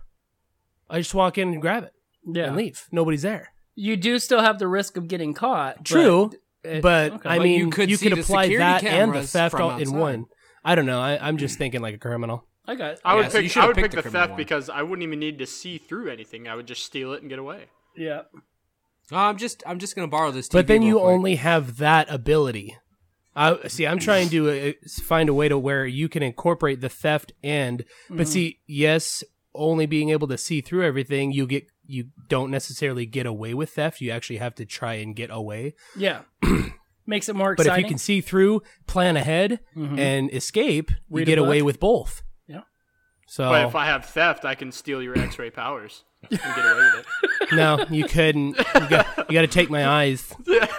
Speaker 2: I just walk in and grab it
Speaker 1: yeah.
Speaker 2: and leave. Nobody's there.
Speaker 1: you do still have the risk of getting caught. but-
Speaker 2: True, but,
Speaker 1: okay.
Speaker 2: I
Speaker 1: But
Speaker 2: mean
Speaker 3: eh, you could
Speaker 2: you
Speaker 3: see
Speaker 2: could
Speaker 3: the
Speaker 2: apply
Speaker 3: security
Speaker 2: that and the
Speaker 3: cameras
Speaker 2: theft
Speaker 3: from
Speaker 2: all in
Speaker 3: outside. Mm.
Speaker 2: one. I don't know. I, I'm just thinking like a criminal.
Speaker 1: I got.
Speaker 4: I would
Speaker 3: Yeah, so you
Speaker 4: pick.
Speaker 3: should've
Speaker 4: I would
Speaker 3: picked
Speaker 4: pick
Speaker 3: the
Speaker 4: the
Speaker 3: criminal
Speaker 4: theft
Speaker 3: one.
Speaker 4: because I wouldn't even need to see through anything. I would just steal it and get away.
Speaker 1: Yeah.
Speaker 3: No, I'm just I'm just gonna borrow this. TV
Speaker 2: but then
Speaker 3: real
Speaker 2: you
Speaker 3: quick.
Speaker 2: only have that ability. I see. I'm trying to uh, find a way to where you can incorporate the theft and.
Speaker 3: Mm-hmm.
Speaker 2: But see, yes, only being able to see through everything, you get you don't necessarily get away with theft. You actually have to try and get away.
Speaker 1: Yeah. Makes it more
Speaker 2: But
Speaker 1: exciting.
Speaker 2: if you can see through, plan ahead,
Speaker 3: Mm-hmm.
Speaker 2: and escape, you
Speaker 1: Read a
Speaker 2: get away
Speaker 1: book.
Speaker 2: with both.
Speaker 1: Yeah.
Speaker 2: So
Speaker 4: But if I have theft, I can steal your X-ray powers and get away with it.
Speaker 2: no, you couldn't. You got, you got to take my eyes.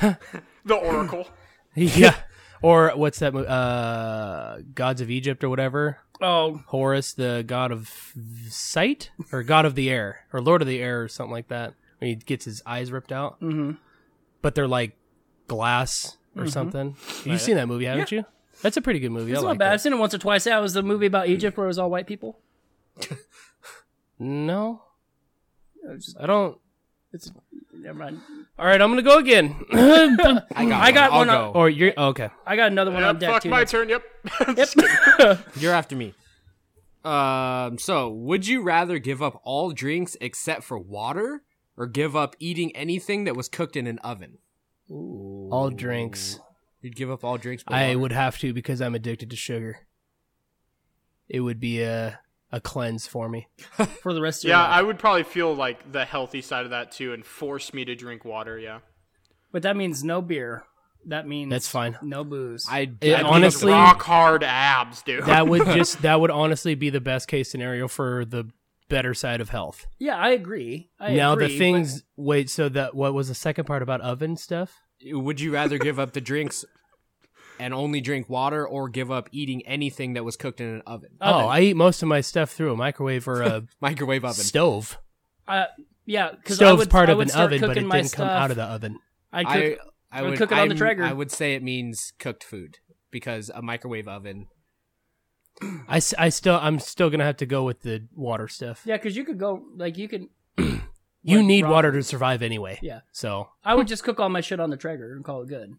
Speaker 4: The Oracle.
Speaker 2: Yeah. Or what's that? mo- Uh, Gods of Egypt or whatever.
Speaker 1: oh,
Speaker 2: Horus, the god of sight or god of the air or lord of the air or something like that. When he gets his eyes ripped out, mm-hmm. but they're like glass or something. You've seen that movie, haven't you? That's a pretty good movie.
Speaker 1: Mm-hmm. it's
Speaker 2: I
Speaker 1: not
Speaker 2: like
Speaker 1: bad.
Speaker 2: that.
Speaker 1: I've seen it once or twice. That was the movie about Egypt where it was all white people.
Speaker 2: No, I don't.
Speaker 1: Never mind.
Speaker 2: All right, I'm gonna go again.
Speaker 3: I got,
Speaker 1: I got
Speaker 3: one.
Speaker 1: one
Speaker 3: I'll go.
Speaker 2: or you're okay.
Speaker 1: I got another one on
Speaker 4: Yep,
Speaker 1: deck
Speaker 4: fuck
Speaker 1: too.
Speaker 4: my turn. Yep.
Speaker 3: You're after me. Um. So, would you rather give up all drinks except for water, or give up eating anything that was cooked in an oven?
Speaker 2: All drinks.
Speaker 3: You'd give up all drinks. But
Speaker 2: I
Speaker 3: water.
Speaker 2: would have to because I'm addicted to sugar. It would be a a cleanse for me.
Speaker 1: for the rest of your
Speaker 4: yeah,
Speaker 1: life.
Speaker 4: I would probably feel like the healthy side of that too, and force me to drink water. Yeah.
Speaker 1: but that means no beer. That means
Speaker 2: That's fine.
Speaker 1: No booze.
Speaker 3: I'd,
Speaker 2: It
Speaker 3: I'd give up-
Speaker 2: honestly-
Speaker 4: rock hard abs, dude.
Speaker 2: that would just that would honestly be the best case scenario for the better side of health.
Speaker 1: yeah, I agree. I
Speaker 2: now
Speaker 1: agree,
Speaker 2: the things wait, so that what was the second part about oven stuff?
Speaker 3: Would you rather give up the drinks and only drink water, or give up eating anything that was cooked in an oven,
Speaker 1: Oven.
Speaker 2: Oh, I eat most of my stuff through a microwave or a
Speaker 3: microwave oven?
Speaker 2: stove.
Speaker 1: but, uh, yeah, because I
Speaker 2: Stove's
Speaker 1: would,
Speaker 2: part
Speaker 1: I
Speaker 2: of
Speaker 1: would
Speaker 2: an
Speaker 1: start
Speaker 2: oven, but it
Speaker 1: cooking my
Speaker 2: didn't come
Speaker 1: stuff.
Speaker 2: out of the oven.
Speaker 1: I cook,
Speaker 3: I, I
Speaker 1: would
Speaker 3: would
Speaker 1: cook it on the
Speaker 3: I'm-
Speaker 1: Traeger.
Speaker 3: I would say it means cooked food because a microwave oven.
Speaker 2: I, s- I still I'm still gonna have to go with the water stuff.
Speaker 1: yeah, because you could go like you can.
Speaker 2: you
Speaker 1: like,
Speaker 2: need
Speaker 1: raw-
Speaker 2: water to survive anyway.
Speaker 1: Yeah.
Speaker 2: So
Speaker 1: I would just cook all my shit on the Traeger and call it good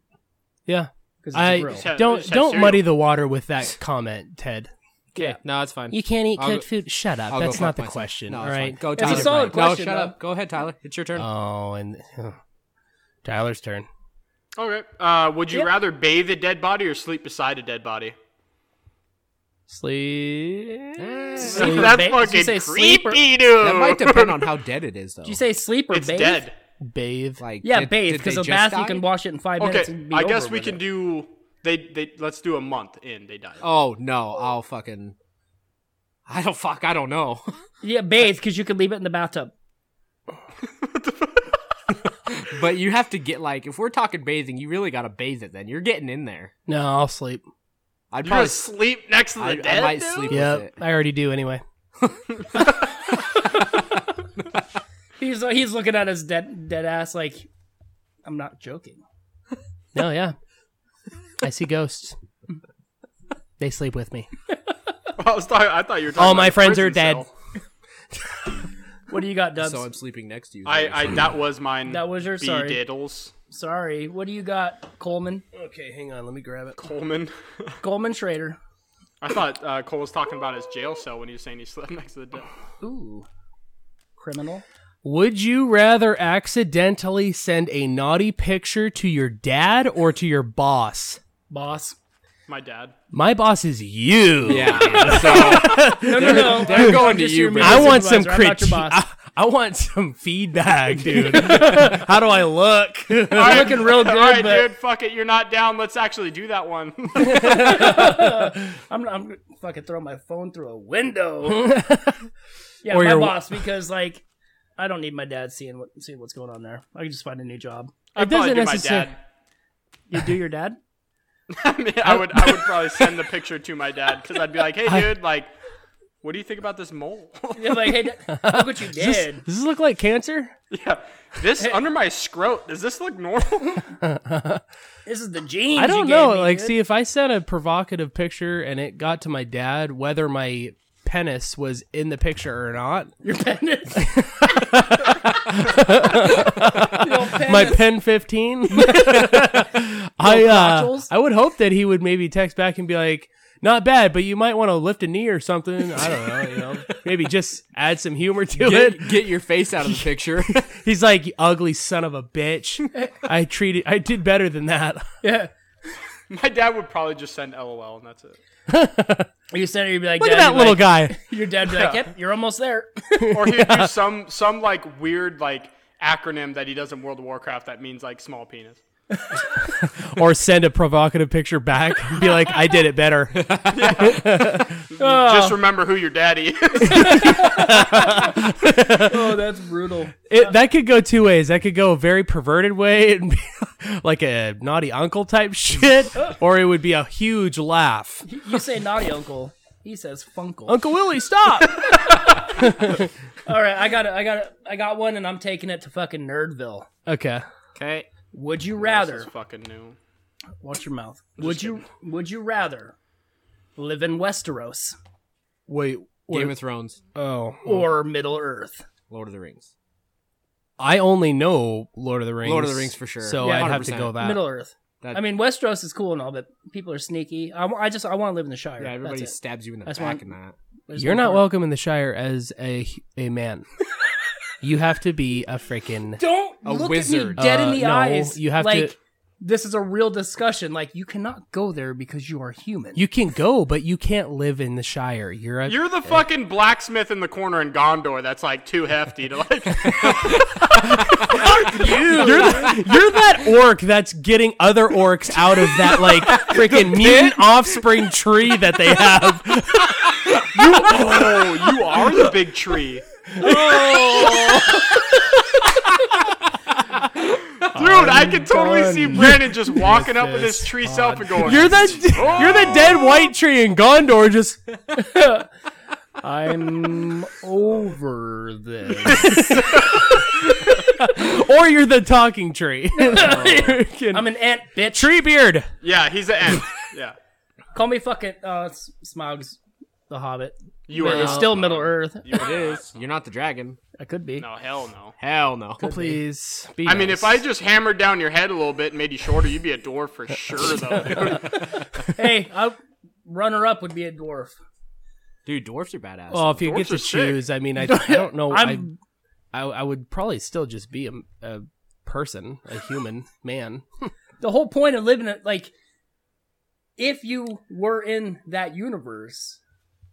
Speaker 2: yeah,
Speaker 1: because it's a
Speaker 2: I
Speaker 1: grill.
Speaker 4: Just have-
Speaker 2: don't
Speaker 4: just have
Speaker 2: don't
Speaker 4: cereal.
Speaker 2: muddy the water with that comment, Ted.
Speaker 3: Okay, no, it's fine.
Speaker 2: You can't eat
Speaker 3: I'll
Speaker 2: cooked
Speaker 3: go-
Speaker 2: food. Shut up.
Speaker 3: I'll go
Speaker 2: That's
Speaker 3: fuck
Speaker 2: not the
Speaker 3: myself.
Speaker 2: question.
Speaker 3: No,
Speaker 2: all
Speaker 3: it's fine.
Speaker 2: right.
Speaker 3: Go,
Speaker 1: It's a
Speaker 3: Tyler.
Speaker 1: solid question,
Speaker 3: No, shut
Speaker 1: though.
Speaker 3: up. Go ahead, Tyler. It's your turn.
Speaker 2: Oh, and Tyler's turn.
Speaker 4: Okay. Uh, would you
Speaker 1: Yep.
Speaker 4: rather bathe a dead body or sleep beside a dead body?
Speaker 2: Sleep.
Speaker 1: Sleep or ba-
Speaker 4: That's
Speaker 1: did you
Speaker 4: fucking
Speaker 1: say sleep or-
Speaker 4: creepy, dude.
Speaker 3: that might depend on how dead it is, though.
Speaker 1: Do you say sleep or
Speaker 4: It's
Speaker 1: bathe?
Speaker 4: dead.
Speaker 2: Bathe.
Speaker 3: like,
Speaker 1: Yeah,
Speaker 3: did-
Speaker 1: bathe
Speaker 3: did they
Speaker 1: because a
Speaker 3: just
Speaker 1: bath
Speaker 3: die?
Speaker 1: you can wash it in five minutes.
Speaker 4: Okay.
Speaker 1: and be
Speaker 4: I
Speaker 1: over
Speaker 4: guess we
Speaker 1: with
Speaker 4: can
Speaker 1: it.
Speaker 4: do. They they let's do a month in. They die.
Speaker 3: Oh no, I'll fucking. I don't fuck. I don't know.
Speaker 1: Yeah, bathe because you could leave it in the bathtub.
Speaker 3: but you have to get like, if we're talking bathing, you really gotta bathe it. Then you're getting in there.
Speaker 2: No, I'll sleep.
Speaker 3: I'd
Speaker 4: You're
Speaker 3: probably.
Speaker 4: gonna sleep next to the
Speaker 3: I- I
Speaker 4: dead.
Speaker 3: might
Speaker 4: dude?
Speaker 3: sleep- With
Speaker 2: Yep,
Speaker 3: it.
Speaker 2: I already do anyway.
Speaker 1: He's he's looking at his dead dead ass like, I'm not joking.
Speaker 2: No, yeah. I see ghosts. They sleep with me.
Speaker 4: I was talking. I thought you were talking.
Speaker 2: All
Speaker 4: about
Speaker 2: my
Speaker 4: the
Speaker 2: friends are
Speaker 4: prison
Speaker 2: dead.
Speaker 4: cell.
Speaker 1: What do you got, Dubs?
Speaker 3: So I'm sleeping next to you.
Speaker 4: I, I that was mine.
Speaker 1: That was your-
Speaker 4: B
Speaker 1: sorry.
Speaker 4: diddles.
Speaker 1: Sorry. What do you got, Coleman?
Speaker 2: Okay, hang on. Let me grab it.
Speaker 4: Coleman.
Speaker 1: Coleman Schrader.
Speaker 4: I thought uh, Cole was talking about his jail cell when he was saying he slept next to the dead.
Speaker 1: Ooh. Criminal.
Speaker 2: Would you rather accidentally send a naughty picture to your dad or to your boss?
Speaker 1: Boss.
Speaker 4: My dad.
Speaker 2: My boss is you.
Speaker 3: Yeah. So
Speaker 1: No, no, no.
Speaker 3: they're going to
Speaker 1: Just
Speaker 3: you,
Speaker 1: your
Speaker 3: bro.
Speaker 1: man
Speaker 2: I want some
Speaker 1: supervisor. I'm not your
Speaker 2: critique.
Speaker 1: boss.
Speaker 2: I, I want some feedback, dude. How do I look?
Speaker 1: I'm looking real good,
Speaker 4: All right,
Speaker 1: but
Speaker 4: dude. Fuck it. You're not down. Let's actually do that one.
Speaker 1: I'm, I'm gonna fucking throw my phone through a window. yeah,
Speaker 2: Or
Speaker 1: my
Speaker 2: your-
Speaker 1: boss because like I don't need my dad seeing what seeing what's going on there. I can just find a new job.
Speaker 4: I'd
Speaker 2: doesn't
Speaker 4: probably do
Speaker 2: necessar-
Speaker 4: my dad.
Speaker 1: You do your dad?
Speaker 4: I, mean, I would. I would probably send the picture to my dad because I'd be like, "Hey, dude, like, what do you think about this mole?
Speaker 1: You're like, hey, dad, look what you
Speaker 2: Does
Speaker 1: did.
Speaker 2: this- does this look like cancer?
Speaker 4: yeah, this under my scrot. Does this look normal?
Speaker 1: This is the genes.
Speaker 2: I don't
Speaker 1: you gave
Speaker 2: know.
Speaker 1: me,
Speaker 2: like,
Speaker 1: dude.
Speaker 2: see, if I sent a provocative picture and it got to my dad, whether my penis was in the picture or not,
Speaker 1: your penis. Your penis.
Speaker 2: my pen 15, I, uh,
Speaker 1: nodules?
Speaker 2: I would hope that he would maybe text back and be like, not bad, but you might want to lift a knee or something. I don't know, you know, maybe just add some humor to it.
Speaker 3: get, get your face out of the picture.
Speaker 2: He's like, "You ugly son of a bitch. I treated, I did better than that.
Speaker 1: yeah.
Speaker 4: my dad would probably just send LOL and that's it,
Speaker 1: You said it, you'd be like,
Speaker 2: Look
Speaker 1: dad,
Speaker 2: at that
Speaker 1: you'd
Speaker 2: little
Speaker 1: be
Speaker 2: guy.
Speaker 1: like, Your dad'd be like, yep, you're almost there.
Speaker 4: or he'd do some some like weird like acronym that he does in World of Warcraft that means like small penis.
Speaker 2: Or send a provocative picture back and be like, I did it better.
Speaker 4: Just remember who your daddy is.
Speaker 1: oh, that's brutal.
Speaker 2: It, that could go two ways. That could go a very perverted way and be like a naughty uncle type shit, or it would be a huge laugh.
Speaker 1: You say naughty uncle. He says funkle.
Speaker 2: Uncle Willie, stop!
Speaker 1: All right, I got it. I got it. I got one, and I'm taking it to fucking Nerdville.
Speaker 2: okay.
Speaker 3: okay.
Speaker 1: Would you
Speaker 4: This
Speaker 1: rather?
Speaker 4: is fucking new.
Speaker 1: Watch your mouth. Would you? Would you rather live in Westeros
Speaker 2: Wait.
Speaker 3: Game
Speaker 2: wait
Speaker 3: of Thrones,
Speaker 2: oh.
Speaker 1: or Middle Earth?
Speaker 3: Lord of the Rings.
Speaker 2: I only know Lord of the Rings.
Speaker 3: Lord of the Rings for sure.
Speaker 2: So
Speaker 1: Yeah,
Speaker 2: I'd have to go
Speaker 3: 100%.
Speaker 2: that.
Speaker 1: Middle Earth.
Speaker 3: That-
Speaker 1: I mean, Westeros is cool and all, but people are sneaky. I, wa- I just I want to live in the Shire.
Speaker 3: Yeah, everybody
Speaker 1: That's it.
Speaker 3: stabs you in the
Speaker 1: That's
Speaker 3: back
Speaker 1: one-
Speaker 3: in that.
Speaker 1: There's
Speaker 2: You're
Speaker 1: no
Speaker 2: not
Speaker 1: part.
Speaker 2: welcome in the Shire as a a man. you have to be a freaking
Speaker 1: Don't
Speaker 3: A
Speaker 1: look at
Speaker 3: wizard.
Speaker 1: me dead in
Speaker 2: Uh,
Speaker 1: the
Speaker 2: no,
Speaker 1: eyes.
Speaker 2: you have to-
Speaker 1: like, This is a real discussion. Like you cannot go there because you are human.
Speaker 2: You can go, but you can't live in the Shire. You're a
Speaker 4: You're the fucking blacksmith in the corner in Gondor that's like too hefty to like.
Speaker 2: You're, the, you're that orc that's getting other orcs out of that like freaking mutant offspring tree that they have.
Speaker 4: oh, you are the big tree. Dude, i can totally see Brandon just walking up with his tree self and going,
Speaker 2: You're that you're the dead white tree in Gondor. Just
Speaker 1: I'm over this.
Speaker 2: or you're the talking tree.
Speaker 1: I'm an ant, bitch.
Speaker 2: tree beard.
Speaker 4: Yeah, he's the end. Yeah.
Speaker 1: Call me fucking uh, S- Smaug's the Hobbit.
Speaker 4: You
Speaker 1: But
Speaker 4: are
Speaker 1: it's still
Speaker 3: um,
Speaker 1: Middle Earth.
Speaker 3: It is. You're not the dragon.
Speaker 1: I could be.
Speaker 4: No, hell no.
Speaker 3: Hell no.
Speaker 2: Please. Be
Speaker 4: I mean, if I just hammered down your head a little bit and made you shorter, you'd be a dwarf for sure, though, dude.
Speaker 1: Hey, I, runner up would be a dwarf.
Speaker 3: Dude, dwarfs are badass.
Speaker 2: well, if you
Speaker 4: Dwarves
Speaker 2: get
Speaker 4: are
Speaker 2: to
Speaker 4: sick.
Speaker 2: choose, I mean, I, I don't know. I,
Speaker 1: I'm
Speaker 2: I I would probably still just be a, a person, a human man.
Speaker 1: the whole point of living it. Like, if you were in that universe,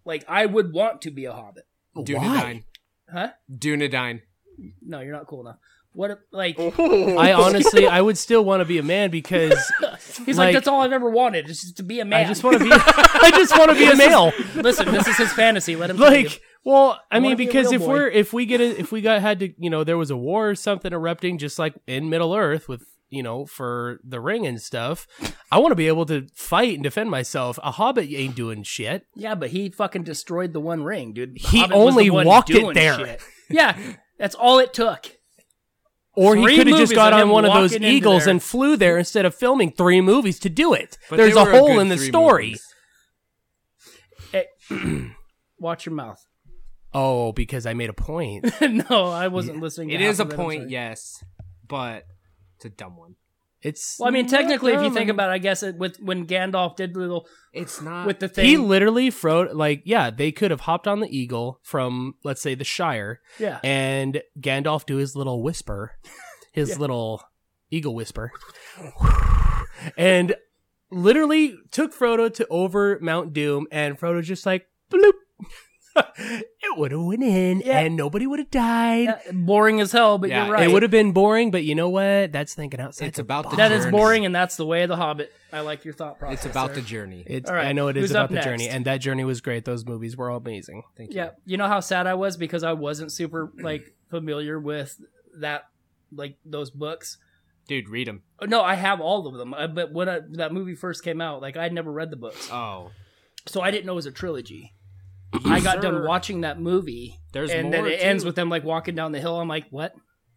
Speaker 1: like I would want to be a Hobbit,
Speaker 3: Dunedain.
Speaker 1: huh?
Speaker 3: Dunedain.
Speaker 1: No, you're not cool enough. What if, like
Speaker 2: I honestly, I would still want to be a man because
Speaker 1: he's like,
Speaker 2: like-
Speaker 1: that's all I've ever wanted is just to be a man.
Speaker 2: I just want to be. I just want to be a male.
Speaker 1: listen. This is his fantasy. Let him tell you.
Speaker 2: Like, well, I
Speaker 1: wanna
Speaker 2: mean,
Speaker 1: be a
Speaker 2: because
Speaker 1: real
Speaker 2: if
Speaker 1: boy.
Speaker 2: we're if we get a, if we got had to, you know, there was a war or something erupting, just like in Middle Earth with you know for the ring and stuff. I want to be able to fight and defend myself. A hobbit ain't doing shit.
Speaker 1: Yeah, but he fucking destroyed the One Ring, dude. The
Speaker 2: He
Speaker 1: Hobbit was
Speaker 2: only
Speaker 1: the one
Speaker 2: walked it
Speaker 1: doing
Speaker 2: there.
Speaker 1: shit. Yeah, that's all it took.
Speaker 2: Or
Speaker 1: Three
Speaker 2: he could have just
Speaker 1: movies
Speaker 2: got
Speaker 1: of
Speaker 2: on
Speaker 1: him
Speaker 2: one of those
Speaker 1: walking into
Speaker 2: eagles
Speaker 1: there.
Speaker 2: and flew there instead of filming three movies to do it.
Speaker 3: But
Speaker 2: There's
Speaker 3: they
Speaker 2: a
Speaker 3: were a
Speaker 2: hole
Speaker 3: good
Speaker 2: in the
Speaker 3: three
Speaker 2: story.
Speaker 3: movies.
Speaker 1: Watch your mouth.
Speaker 2: Oh, because I made a point.
Speaker 1: no, I wasn't listening. To
Speaker 3: It
Speaker 1: half
Speaker 3: is a
Speaker 1: of I'm
Speaker 3: point,
Speaker 1: sorry.
Speaker 3: yes, but it's a dumb one.
Speaker 2: It's Um,
Speaker 1: Well, I mean,
Speaker 2: not
Speaker 1: technically, if you
Speaker 2: dumb.
Speaker 1: think about, it, I guess it, with when Gandalf did the little
Speaker 3: It's not.
Speaker 1: with the thing,
Speaker 2: he literally frode like yeah, they could have hopped on the eagle from let's say the Shire
Speaker 1: yeah,
Speaker 2: and Gandalf do his little whisper, his
Speaker 1: Yeah.
Speaker 2: little eagle whisper, and literally took Frodo to over Mount Doom, and Frodo just like bloop. it would have went in,
Speaker 1: Yeah.
Speaker 2: and nobody would have died.
Speaker 1: Yeah, boring as hell. But
Speaker 3: Yeah,
Speaker 1: you're right.
Speaker 2: It would have been boring, but you know what? That's thinking outside.
Speaker 3: It's
Speaker 2: the
Speaker 3: about the
Speaker 2: box.
Speaker 1: that is
Speaker 3: Journey.
Speaker 1: boring, and that's the way of the Hobbit. I like your thought process.
Speaker 3: it's about
Speaker 1: there.
Speaker 3: the journey.
Speaker 2: It's,
Speaker 1: All right,
Speaker 2: I know it is
Speaker 1: who's
Speaker 2: about
Speaker 1: up
Speaker 2: the journey,
Speaker 1: next?
Speaker 2: and that journey was great. Those movies were all amazing.
Speaker 3: Thank you.
Speaker 1: Yeah, you know how sad I was because I wasn't super like familiar with that, like those books.
Speaker 3: Dude, read them.
Speaker 1: No, I have all of them, I, but when I, that movie first came out, like I'd never read the books,
Speaker 3: Oh.
Speaker 1: so I didn't know it was a trilogy. I got done
Speaker 3: sir.
Speaker 1: watching that movie,
Speaker 3: There's
Speaker 1: and
Speaker 3: more.
Speaker 1: then it ends
Speaker 3: too.
Speaker 1: with them like walking down the hill. I'm like, what?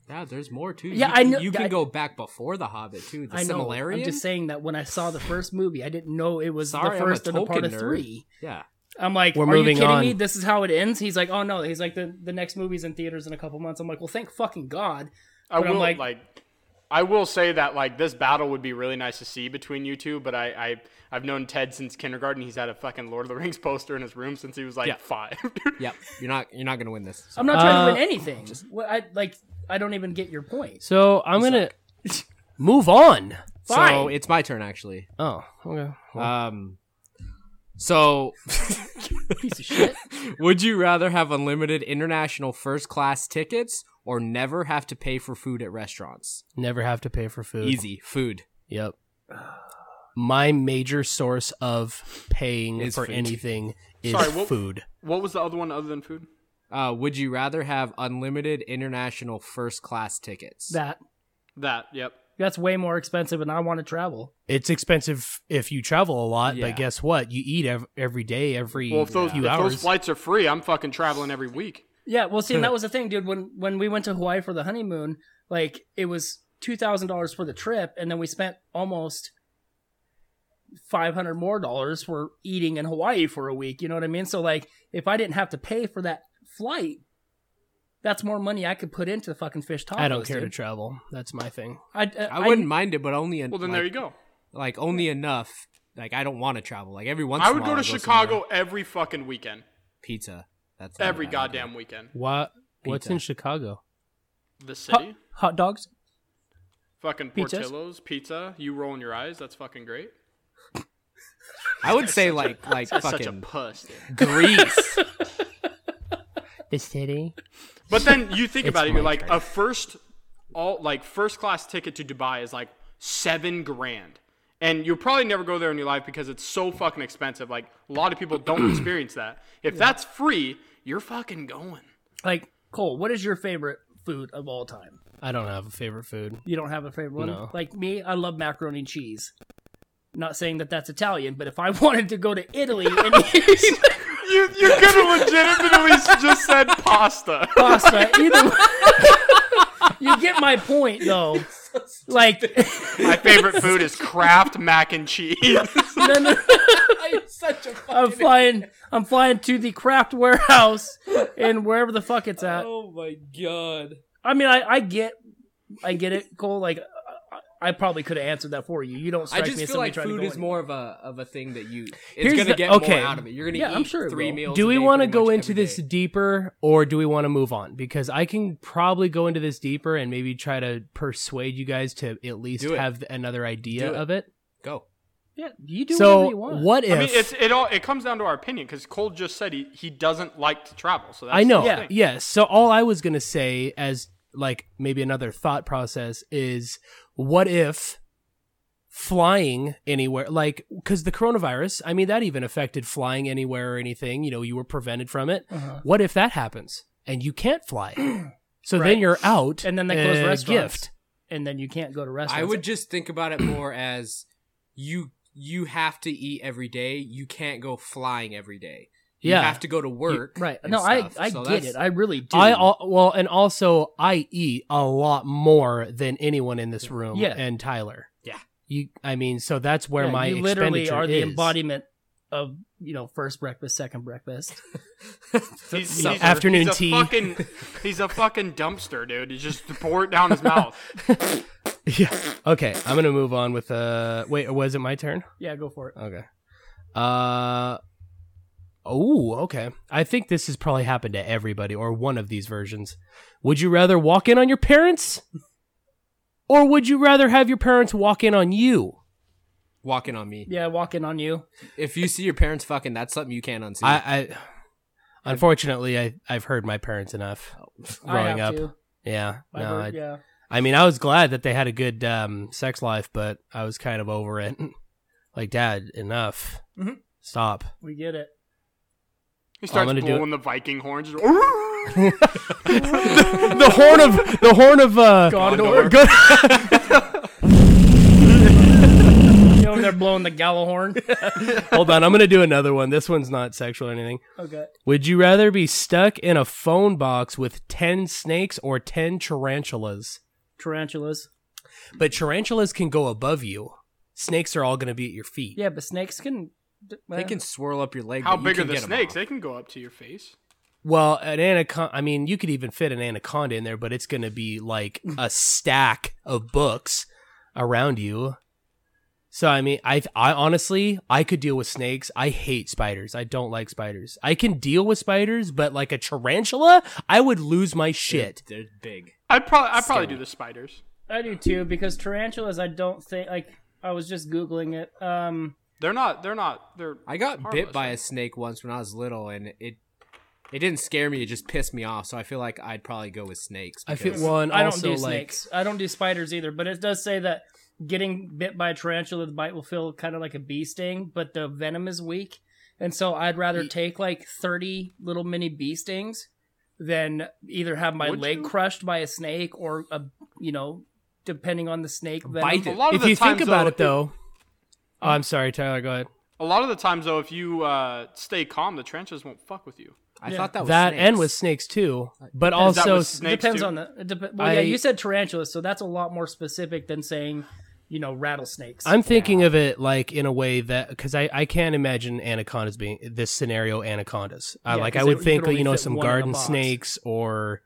Speaker 3: Yeah, there's more too.
Speaker 1: Yeah,
Speaker 3: you,
Speaker 1: I know-
Speaker 3: You can
Speaker 1: I-
Speaker 3: go back before The Hobbit too. The
Speaker 1: I know.
Speaker 3: Similarian.
Speaker 1: I'm just saying that when I saw the first movie, I didn't know it was
Speaker 3: Sorry,
Speaker 1: the
Speaker 3: I'm a
Speaker 1: first of the part
Speaker 3: Tolkien
Speaker 1: of
Speaker 3: nerd.
Speaker 1: three.
Speaker 3: Yeah.
Speaker 1: I'm like,
Speaker 2: We're
Speaker 1: are
Speaker 2: moving
Speaker 1: you kidding
Speaker 2: on.
Speaker 1: me? This is how it ends. He's like, oh no. He's like, the the next movie's in theaters in a couple months. I'm like, well, thank fucking god.
Speaker 4: I
Speaker 1: But I'm
Speaker 4: will
Speaker 1: like-
Speaker 4: like, I will say that like this battle would be really nice to see between you two, but I, I I've known Ted since kindergarten. He's had a fucking Lord of the Rings poster in his room since he was like
Speaker 3: Yeah.
Speaker 4: five.
Speaker 3: Yep. You're not. You're not gonna win this.
Speaker 1: I'm not trying to
Speaker 2: Uh,
Speaker 1: win anything. What I like, I don't even get your point.
Speaker 2: So I'm gonna move on.
Speaker 1: Fine. Uh-huh.
Speaker 3: So it's my turn actually.
Speaker 2: Oh, okay.
Speaker 3: Um. So,
Speaker 1: piece of shit.
Speaker 3: would you rather have unlimited international first class tickets or never have to pay for food at restaurants?
Speaker 2: Never have to pay for food.
Speaker 3: Easy food.
Speaker 2: Yep. My major source of paying
Speaker 3: Is
Speaker 2: for
Speaker 3: food.
Speaker 2: anything is
Speaker 4: Sorry, what-
Speaker 2: food.
Speaker 4: what was the other one other than food?
Speaker 3: Uh, would you rather have unlimited international first class tickets?
Speaker 1: that
Speaker 4: That. Yep.
Speaker 1: that's way more expensive, and I want to travel.
Speaker 2: It's expensive if you travel a lot,
Speaker 3: Yeah.
Speaker 2: but guess what? You eat ev- every day, every
Speaker 4: Well, if those
Speaker 2: few
Speaker 4: if
Speaker 2: hours.
Speaker 4: those flights are free, I'm fucking traveling every week.
Speaker 1: Yeah, well, see, and that was the thing, dude. When when we went to Hawaii for the honeymoon, like it was two thousand dollars for the trip, and then we spent almost five hundred more dollars for eating in Hawaii for a week. You know what I mean? So like, if I didn't have to pay for that flight, that's more money I could put into the fucking fish tacos.
Speaker 2: I don't care to
Speaker 1: Dude.
Speaker 2: travel. That's my thing.
Speaker 1: I, uh, I,
Speaker 3: I wouldn't mind it, but only en-
Speaker 4: Well, then
Speaker 3: like,
Speaker 4: there you go.
Speaker 3: like only enough. Like I don't want to travel. Like every once
Speaker 4: I
Speaker 3: in a
Speaker 4: would go
Speaker 3: while
Speaker 4: to
Speaker 3: I'll
Speaker 4: Chicago
Speaker 3: somewhere.
Speaker 4: every fucking weekend.
Speaker 3: Pizza. That's not a
Speaker 4: Every
Speaker 3: bad idea.
Speaker 4: goddamn weekend.
Speaker 2: What? What's
Speaker 3: Pizza.
Speaker 2: in Chicago?
Speaker 4: The city.
Speaker 1: hot, hot dogs.
Speaker 4: Fucking
Speaker 1: Pizzas?
Speaker 4: Portillo's pizza. You rolling your eyes? That's fucking great.
Speaker 3: I would say like like
Speaker 4: That's such a
Speaker 3: fucking
Speaker 4: puss. dude.
Speaker 3: Greece.
Speaker 2: The city.
Speaker 4: But then you think
Speaker 2: It's
Speaker 4: about it, you're
Speaker 2: my
Speaker 4: like
Speaker 2: turn.
Speaker 4: a first all like first class ticket to Dubai is like seven grand. And you'll probably never go there in your life because it's so fucking expensive. Like a lot of people don't experience that. If that's free, you're fucking going.
Speaker 1: Like Cole, what is your favorite food of all time?
Speaker 2: I don't have a favorite food.
Speaker 1: You don't have a favorite one?
Speaker 2: No.
Speaker 1: Like me, I love macaroni and cheese. Not saying that that's Italian, but if I wanted to go to Italy and eat
Speaker 4: You you could have legitimately just said pasta.
Speaker 1: pasta, either you get my point though. Like
Speaker 4: My favorite food is Kraft mac and cheese.
Speaker 1: then I'm flying I'm flying to the craft warehouse and wherever the fuck it's at.
Speaker 2: Oh my god.
Speaker 1: I mean I, I get I get it, Cole. Like I- I probably could have answered that for you. You don't
Speaker 3: I
Speaker 1: strike
Speaker 3: just
Speaker 1: me as
Speaker 3: feel
Speaker 1: somebody
Speaker 3: like
Speaker 1: trying
Speaker 3: food
Speaker 1: to go
Speaker 3: is
Speaker 1: in.
Speaker 3: more of a of a thing that you it's
Speaker 2: Here's
Speaker 3: gonna
Speaker 2: the-
Speaker 3: get
Speaker 2: okay.
Speaker 3: more out of it. You're gonna
Speaker 1: Yeah,
Speaker 3: eat
Speaker 1: I'm sure it
Speaker 3: three
Speaker 1: will.
Speaker 3: meals.
Speaker 2: do
Speaker 3: a
Speaker 2: we
Speaker 3: day
Speaker 2: want to
Speaker 3: pretty
Speaker 2: go
Speaker 3: much
Speaker 2: into
Speaker 3: every
Speaker 2: this
Speaker 3: day.
Speaker 2: deeper or do we want to move on because i can probably go into this deeper and maybe try to persuade you guys to at least
Speaker 3: Do it.
Speaker 2: have another idea
Speaker 3: Do it.
Speaker 2: of it
Speaker 3: Go.
Speaker 1: Yeah, you do
Speaker 2: so
Speaker 1: whatever you want.
Speaker 2: what if
Speaker 4: I mean, it's it all it comes down to our opinion because Cole just said he, he doesn't like to travel. So that's
Speaker 2: I know.
Speaker 4: the
Speaker 2: Yeah.
Speaker 4: thing.
Speaker 2: So all I was gonna say as like maybe another thought process is what if flying anywhere like because the coronavirus i mean that even affected flying anywhere or anything you know you were prevented from it
Speaker 1: Uh-huh.
Speaker 2: what if that happens and you can't fly so
Speaker 1: Right.
Speaker 2: then you're out
Speaker 1: and then they close
Speaker 2: a
Speaker 1: restaurants,
Speaker 2: gift
Speaker 1: and then you can't go to restaurants.
Speaker 3: I would just think about it more as you you have to eat every day. You can't go flying every day.
Speaker 2: Yeah.
Speaker 3: You have to go to work.
Speaker 1: right.
Speaker 3: and
Speaker 1: No, I
Speaker 3: stuff.
Speaker 1: I
Speaker 3: So
Speaker 1: get
Speaker 3: that's-
Speaker 1: it. I really do.
Speaker 2: I al- well, and also I eat a lot more than anyone in this room.
Speaker 1: Yeah.
Speaker 2: and Tyler.
Speaker 3: Yeah.
Speaker 2: you. I mean, so that's where
Speaker 1: Yeah,
Speaker 2: my
Speaker 1: you literally
Speaker 2: expenditure
Speaker 1: are the
Speaker 2: is.
Speaker 1: embodiment of you know first breakfast, second breakfast.
Speaker 4: He's,
Speaker 2: So-
Speaker 4: he's
Speaker 2: Afternoon
Speaker 4: a, he's
Speaker 2: tea.
Speaker 4: A fucking, he's a fucking dumpster, dude. He just pour it down his mouth.
Speaker 2: Yeah. Okay, I'm gonna move on with uh. Wait, was it my turn?
Speaker 1: Yeah, go for it.
Speaker 2: Okay. Uh. Oh, okay. I think this has probably happened to everybody or one of these versions. Would you rather walk in on your parents, or would you rather have your parents walk in on you?
Speaker 3: Walking on me.
Speaker 1: Yeah, walking on you.
Speaker 3: If you see your parents fucking, that's something you can't unsee.
Speaker 2: I, I unfortunately, I I've heard my parents enough
Speaker 1: Oh. I have
Speaker 2: growing up.
Speaker 1: to.
Speaker 2: Yeah.
Speaker 1: I
Speaker 2: no,
Speaker 1: heard-
Speaker 2: I,
Speaker 1: yeah.
Speaker 2: I mean, I was glad that they had a good um, sex life, but I was kind of over it. Like, Dad, enough.
Speaker 1: Mhm.
Speaker 2: Stop.
Speaker 1: We get it.
Speaker 4: He starts
Speaker 2: gonna do
Speaker 4: blowing the Viking horns.
Speaker 2: The, horn of the horn of uh,
Speaker 4: Gondor.
Speaker 1: You know, they're blowing the Gallahorn.
Speaker 2: Hold on, I'm gonna do another one. This one's not sexual or anything.
Speaker 1: Okay.
Speaker 2: Would you rather be stuck in a phone box with ten snakes or ten tarantulas?
Speaker 1: Tarantulas.
Speaker 2: But tarantulas can go above you. Snakes are all gonna be at your feet.
Speaker 1: Yeah, but snakes can.
Speaker 3: they can swirl up your leg.
Speaker 4: How
Speaker 3: but you
Speaker 4: big are
Speaker 3: can
Speaker 4: the
Speaker 3: get 'em
Speaker 4: snakes?
Speaker 3: off.
Speaker 4: They can go up to your face.
Speaker 2: Well, an anaconda. I mean, you could even fit an anaconda in there, but it's going to be like a stack of books around you. So I mean, I I honestly I could deal with snakes. I hate spiders. I don't like spiders. I can deal with spiders, but like a tarantula, I would lose my shit.
Speaker 3: They're big.
Speaker 4: I'd probably I'd probably
Speaker 3: Scary.
Speaker 4: do the spiders.
Speaker 1: I do too because tarantulas. I don't think like I was just googling it. Um,
Speaker 4: They're not. They're not. They're.
Speaker 3: I got
Speaker 4: Harmless,
Speaker 3: bit by
Speaker 4: right?
Speaker 3: a snake once when I was little, and it it didn't scare me. It just pissed me off. So I feel like I'd probably go with snakes.
Speaker 2: I feel
Speaker 3: because-
Speaker 2: well, and
Speaker 1: I don't
Speaker 2: also
Speaker 1: do
Speaker 2: like
Speaker 1: snakes. I don't do spiders either. But it does say that getting bit by a tarantula, the bite will feel kind of like a bee sting, but the venom is weak. And so I'd rather take like thirty little mini bee stings than either have my
Speaker 4: Would
Speaker 1: leg
Speaker 4: you?
Speaker 1: crushed by a snake or a you know, depending on the snake venom.
Speaker 3: Bite
Speaker 4: A
Speaker 3: it.
Speaker 4: lot of
Speaker 2: if
Speaker 4: the
Speaker 2: you
Speaker 4: times,
Speaker 2: think about
Speaker 4: though,
Speaker 2: it though. Oh, I'm sorry, Tyler. Go ahead.
Speaker 4: A lot of the times though, if you uh, stay calm, the trenches won't fuck with you.
Speaker 3: I thought that was
Speaker 2: That
Speaker 3: snakes.
Speaker 2: and with snakes too, but
Speaker 4: Is that
Speaker 2: also
Speaker 4: with snakes
Speaker 1: depends
Speaker 4: too?
Speaker 1: on the. It dep- well, yeah,
Speaker 2: I-
Speaker 1: you said tarantulas, so that's a lot more specific than saying, you know, rattlesnakes.
Speaker 2: I'm thinking of it like in a way that because I, I can't imagine anacondas being this scenario anacondas. Uh,
Speaker 1: Yeah,
Speaker 2: like
Speaker 1: 'cause
Speaker 2: I
Speaker 1: they-
Speaker 2: would
Speaker 1: you
Speaker 2: think
Speaker 1: could only
Speaker 2: you know
Speaker 1: fit
Speaker 2: some
Speaker 1: one in a
Speaker 2: garden
Speaker 1: box.
Speaker 2: snakes or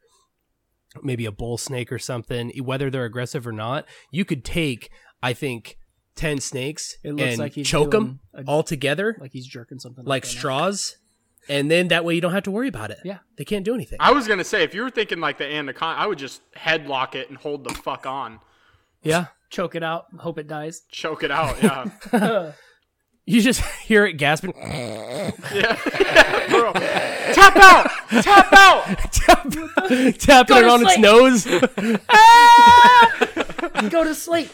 Speaker 2: maybe a bull snake or something. e, Whether they're aggressive or not, you could take I think ten snakes
Speaker 1: It looks
Speaker 2: and
Speaker 1: like he's
Speaker 2: choke them
Speaker 1: doing a-
Speaker 2: all together like,
Speaker 1: like he's jerking something off right now.
Speaker 2: straws, and then that way you don't have to worry about it.
Speaker 1: Yeah.
Speaker 2: they can't do anything.
Speaker 4: I was gonna say if you were thinking like the anaconda, I would just headlock it and hold the fuck on,
Speaker 2: yeah,
Speaker 1: Choke it out, hope it dies.
Speaker 4: choke it out. Yeah,
Speaker 2: you just hear it gasping.
Speaker 4: Bro, tap out, tap out.
Speaker 2: tap, tapping it
Speaker 1: to
Speaker 2: on its
Speaker 1: sleep.
Speaker 2: nose.
Speaker 1: Go to sleep.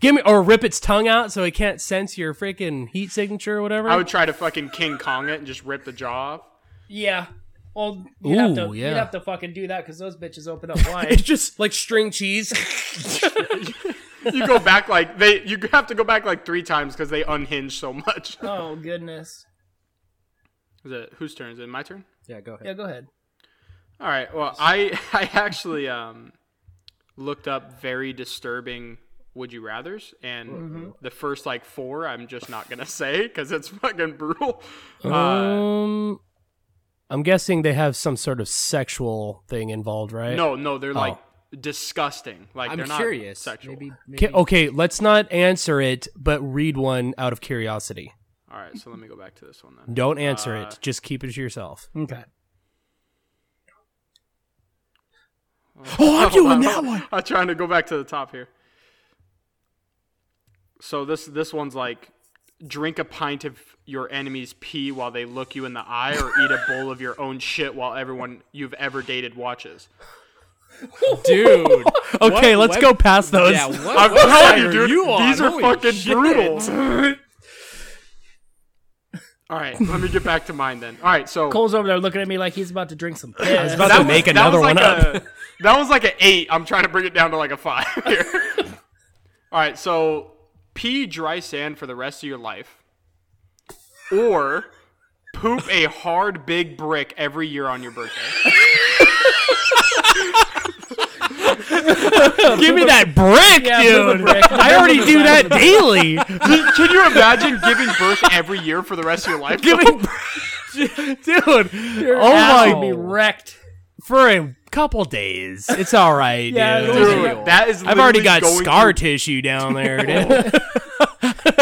Speaker 2: Give me or rip its tongue out so it can't sense your freaking heat signature or whatever.
Speaker 4: I would try to fucking King Kong it and just rip the jaw off.
Speaker 1: Yeah. Well, you'd have to
Speaker 2: Ooh, yeah.
Speaker 1: you'd have to fucking do that because those bitches open up
Speaker 2: it's
Speaker 1: wide.
Speaker 2: just like string cheese.
Speaker 4: You go back like they. You have to go back like three times because they unhinge so much.
Speaker 1: oh goodness.
Speaker 4: Is it whose turn? Is it my turn?
Speaker 3: yeah, go ahead.
Speaker 1: Yeah, go ahead.
Speaker 4: All right. Well, I I actually um looked up very disturbing would you rather's and
Speaker 3: Mm-hmm.
Speaker 4: the first like four I'm just not gonna say because it's fucking brutal. Uh,
Speaker 2: um, I'm guessing they have some sort of sexual thing involved, right?
Speaker 4: no, no, they're like disgusting. Like
Speaker 3: I'm
Speaker 4: they're not
Speaker 3: curious.
Speaker 4: sexual.
Speaker 3: Maybe, maybe
Speaker 2: Okay, okay, let's not answer it, but read one out of curiosity.
Speaker 4: All right, so let me go back to this one then.
Speaker 2: Don't answer it. Just keep it to yourself.
Speaker 1: Okay.
Speaker 2: Oh, I'm doing that one.
Speaker 4: I'm trying to go back to the top here. So this this one's like drink a pint of your enemy's pee while they look you in the eye or eat a bowl of your own shit while everyone you've ever dated watches.
Speaker 3: dude.
Speaker 2: Okay,
Speaker 3: What-
Speaker 2: let's
Speaker 3: what-
Speaker 2: go past those.
Speaker 3: yeah, what
Speaker 4: I'm
Speaker 3: website
Speaker 4: telling you,
Speaker 3: are
Speaker 4: dude,
Speaker 3: you on?
Speaker 4: these are
Speaker 3: Holy
Speaker 4: fucking
Speaker 3: shit.
Speaker 4: brutal. All right, let me get back to mine then. All right, so
Speaker 1: Cole's over there looking at me like he's about to drink some piss.
Speaker 2: was about to make another
Speaker 4: like
Speaker 2: one up.
Speaker 4: a- that was like an eight. I'm trying to bring it down to like a five here. All right, so pee dry sand for the rest of your life, or poop a hard big brick every year on your birthday.
Speaker 2: Give me that brick,
Speaker 1: Yeah, move a
Speaker 2: dude.
Speaker 1: brick.
Speaker 2: I already do that daily.
Speaker 4: Can can you imagine giving birth every year for the rest of your life?
Speaker 2: Give me, dude. oh
Speaker 1: Ass
Speaker 2: my
Speaker 1: would be wrecked.
Speaker 2: for a couple days. It's all right,
Speaker 1: Yeah,
Speaker 2: dude.
Speaker 1: it was-
Speaker 4: Dude, that is.
Speaker 2: I've already
Speaker 4: literally
Speaker 2: got
Speaker 4: going
Speaker 2: scar
Speaker 4: through-
Speaker 2: tissue down there, dude.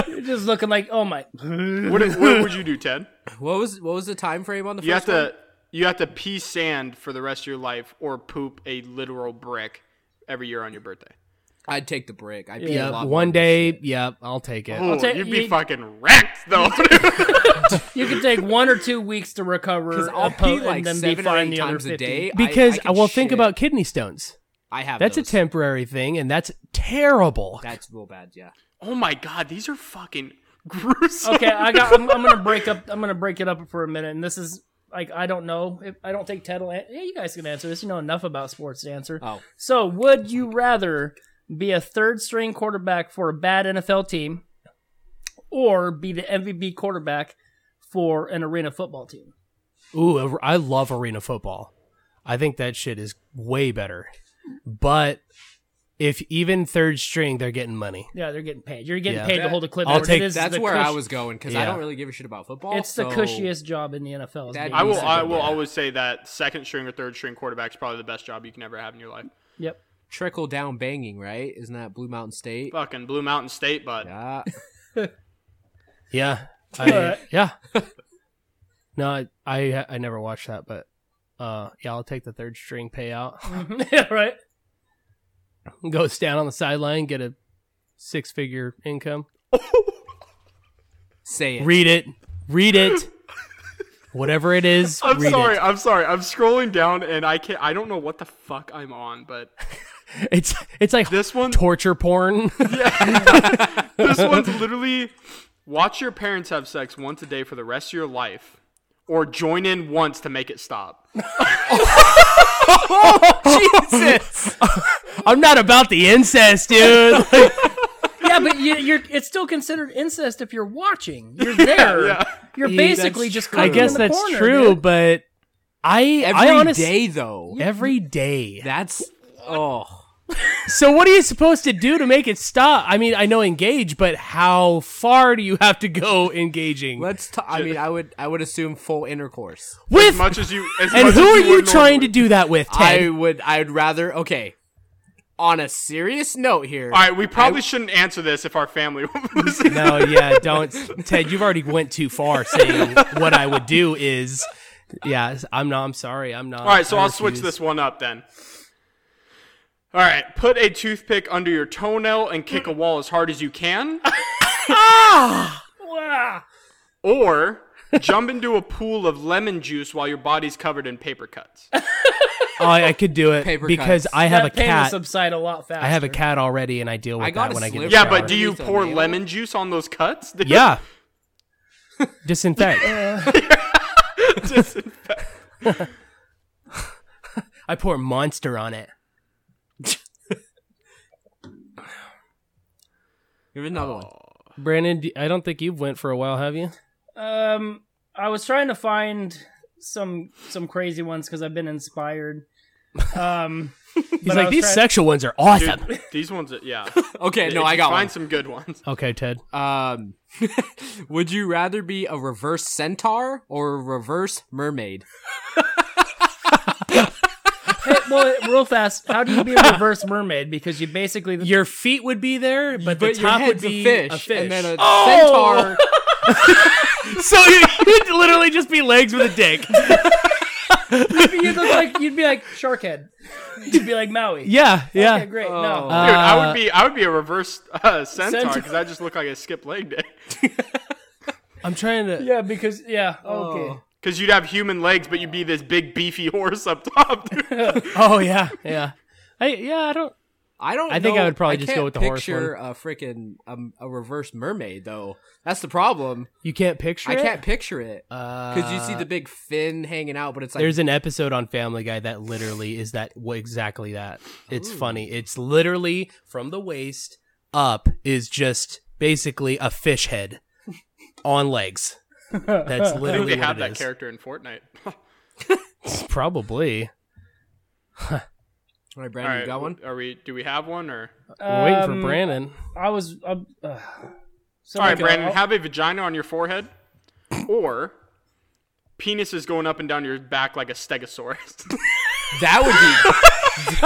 Speaker 1: You're just looking like, oh my.
Speaker 4: What, did- what would you do, Ted?
Speaker 3: What was what was the time frame on the
Speaker 4: You have
Speaker 3: first one?
Speaker 4: to you have to pee sand for the rest of your life, or poop a literal brick every year on your birthday.
Speaker 3: I'd take the brick. I'd be a
Speaker 2: yep,
Speaker 3: lot
Speaker 2: one
Speaker 3: more-
Speaker 2: day, yep, I'll take it.
Speaker 4: Ooh,
Speaker 1: tell you-
Speaker 4: you'd be
Speaker 1: you-
Speaker 4: fucking wrecked though.
Speaker 1: You could take one or two weeks to recover,
Speaker 3: Because
Speaker 2: uh,
Speaker 3: I'll
Speaker 1: a po-
Speaker 3: pee like
Speaker 1: and then be
Speaker 3: seven or
Speaker 1: fine
Speaker 3: eight
Speaker 1: the other
Speaker 3: times a
Speaker 1: 50.
Speaker 3: day. I-
Speaker 2: Because
Speaker 3: I, can
Speaker 2: well, think
Speaker 3: shit.
Speaker 2: about kidney stones.
Speaker 3: I have
Speaker 2: That's
Speaker 3: those.
Speaker 2: a temporary thing, and that's terrible.
Speaker 3: That's real bad. Yeah.
Speaker 4: oh my god, these are fucking gruesome.
Speaker 1: okay, I got. I'm, I'm gonna break up. I'm gonna break it up for a minute. And this is like I don't know. If, I don't think Ted will. An- yeah, you guys can answer this. You know enough about sports to answer.
Speaker 3: Oh.
Speaker 1: So, would you rather be a third string quarterback for a bad NFL team, or be the MVP quarterback for an arena football team?
Speaker 2: Ooh, ar- I love arena football. I think that shit is way better. But if even third string, they're getting money.
Speaker 1: Yeah, they're getting paid. You're getting
Speaker 2: Yeah.
Speaker 1: paid to hold a clipboard.
Speaker 2: I'll take-
Speaker 1: It is
Speaker 3: That's
Speaker 1: the
Speaker 3: where I
Speaker 1: cush-
Speaker 3: was going because I
Speaker 2: Yeah.
Speaker 3: don't really give a shit about football.
Speaker 1: It's the
Speaker 3: so-
Speaker 1: cushiest job in the NFL. is
Speaker 3: That-
Speaker 1: being
Speaker 4: I will.
Speaker 1: second.
Speaker 4: I will always say that second string or third string quarterback is probably the best job you can ever have in your life.
Speaker 1: Yep.
Speaker 3: trickle down banging, right? Isn't that Blue Mountain State?
Speaker 4: Fucking Blue Mountain State, but
Speaker 3: Yeah.
Speaker 2: Yeah, I,
Speaker 1: Alright.
Speaker 2: yeah. No, I, I I never watched that, but uh, yeah, I'll take the third string payout.
Speaker 1: yeah, right.
Speaker 2: Goes down on the sideline, get a six figure income.
Speaker 3: Say it.
Speaker 2: Read it, read it, whatever it is.
Speaker 4: I'm
Speaker 2: read
Speaker 4: sorry.
Speaker 2: It.
Speaker 4: I'm sorry. I'm scrolling down and I can't. I don't know what the fuck I'm on, but
Speaker 2: It's it's like
Speaker 4: this one.
Speaker 2: torture porn.
Speaker 4: this one's literally watch your parents have sex once a day for the rest of your life, or join in once to make it stop.
Speaker 3: Jesus.
Speaker 2: I'm not about the incest, dude. Like,
Speaker 1: Yeah, but you, you're. It's still considered incest if you're watching. You're there.
Speaker 4: yeah.
Speaker 1: You're
Speaker 3: Yeah,
Speaker 1: basically
Speaker 3: that's
Speaker 1: just.
Speaker 3: true.
Speaker 2: I
Speaker 1: cooking
Speaker 2: guess
Speaker 1: in the
Speaker 2: that's
Speaker 1: corner,
Speaker 2: true,
Speaker 1: dude.
Speaker 2: but I
Speaker 3: Every
Speaker 2: I honestly
Speaker 3: day, though.
Speaker 2: every day.
Speaker 3: That's oh.
Speaker 2: So what are you supposed to do to make it stop? I mean, I know engage, but how far do you have to go engaging
Speaker 3: Let's. T- I mean, I would. I would assume full intercourse.
Speaker 2: with?
Speaker 4: As much as you. As
Speaker 2: and
Speaker 4: much
Speaker 2: who
Speaker 4: as
Speaker 2: are you
Speaker 4: would
Speaker 2: trying to
Speaker 4: normally.
Speaker 2: do that with,
Speaker 3: I
Speaker 2: Ted?
Speaker 3: would. I would rather. Okay. On a serious note here.
Speaker 4: All right, we probably shouldn't answer this if our family was listening.
Speaker 2: no, yeah, don't, Ted. You've already went too far. Saying what I would do is, yeah, I'm not. I'm sorry, I'm not.
Speaker 4: All right, so I'll switch this one up then. All right, put a toothpick under your toenail and kick a wall as hard as you can,
Speaker 1: Wow.
Speaker 4: or jump into a pool of lemon juice while your body's covered in paper cuts.
Speaker 2: Oh, I could do it
Speaker 3: Paper
Speaker 2: because
Speaker 3: cuts.
Speaker 2: I have
Speaker 1: that
Speaker 2: a
Speaker 1: pain will
Speaker 2: cat.
Speaker 1: subside a lot faster.
Speaker 2: I have a cat already, and I deal with
Speaker 3: I got
Speaker 2: that
Speaker 3: a
Speaker 2: when I get. in the
Speaker 3: sliver.
Speaker 4: Yeah,
Speaker 2: shower.
Speaker 4: but do you
Speaker 3: Underneath a
Speaker 4: pour
Speaker 3: nail?
Speaker 4: lemon juice on those cuts? dude?
Speaker 2: Yeah. Disinfect. I pour monster on it.
Speaker 3: Here's another one.
Speaker 2: Oh. Brandon, d- I don't think you've went for a while, have you?
Speaker 1: Um, I was trying to find some some crazy ones because I've been inspired. Um,
Speaker 2: He's like, these sexual ones are awesome.
Speaker 4: Dude, these ones, are, yeah.
Speaker 3: Okay. No,
Speaker 4: If
Speaker 3: I
Speaker 4: you
Speaker 3: got one.
Speaker 4: Find some good ones.
Speaker 2: Okay, Ted.
Speaker 3: Um, would you rather be a reverse centaur or a reverse mermaid?
Speaker 1: well, real fast. How do you be a reverse mermaid? Because you basically
Speaker 2: Your feet would be there, but,
Speaker 3: But
Speaker 2: the
Speaker 3: your
Speaker 2: top would
Speaker 3: head's
Speaker 2: be Oh!
Speaker 3: a, fish, and then a centaur.
Speaker 2: so you- you'd literally just be legs with a dick.
Speaker 1: you look like you'd be like Sharkhead. You'd be like Maui.
Speaker 2: Yeah, yeah.
Speaker 1: Okay, great. No.
Speaker 3: Oh.
Speaker 4: Dude, I
Speaker 2: Uh,
Speaker 4: would be, I would be a reverse uh, centaur
Speaker 1: Centaur.
Speaker 4: because I just look like I skipped leg day.
Speaker 2: I'm trying to.
Speaker 1: yeah, because yeah.
Speaker 3: Oh.
Speaker 1: Okay.
Speaker 4: Because you'd have human legs, but you'd be this big beefy horse up top. Dude.
Speaker 2: Oh yeah, yeah. I yeah. I don't.
Speaker 3: I don't.
Speaker 2: I think
Speaker 3: know-
Speaker 2: I would probably just go
Speaker 3: can't
Speaker 2: with the horse
Speaker 3: picture a freaking um, a reverse mermaid though. That's the problem.
Speaker 2: You can't picture.
Speaker 3: I
Speaker 2: it?
Speaker 3: can't picture it because you see
Speaker 2: Uh,
Speaker 3: the big fin hanging out, but it's like
Speaker 2: There's an episode on Family Guy that literally is that wh- exactly that. It's funny. It's literally from the waist up is just basically a fish head on legs. That's
Speaker 4: I think
Speaker 2: literally
Speaker 4: they
Speaker 2: what
Speaker 4: have
Speaker 2: it
Speaker 4: that
Speaker 2: is.
Speaker 4: character in Fortnite.
Speaker 2: Probably.
Speaker 3: all right, Brandon, you got one.
Speaker 4: Are we? Do we have one or?
Speaker 2: We're waiting for
Speaker 1: Um,
Speaker 2: Brandon.
Speaker 1: I was. Uh, uh, so
Speaker 4: All right,
Speaker 1: like,
Speaker 4: Brandon,
Speaker 1: uh,
Speaker 4: have a vagina on your forehead, or penis is going up and down your back like a stegosaurus.
Speaker 3: That would be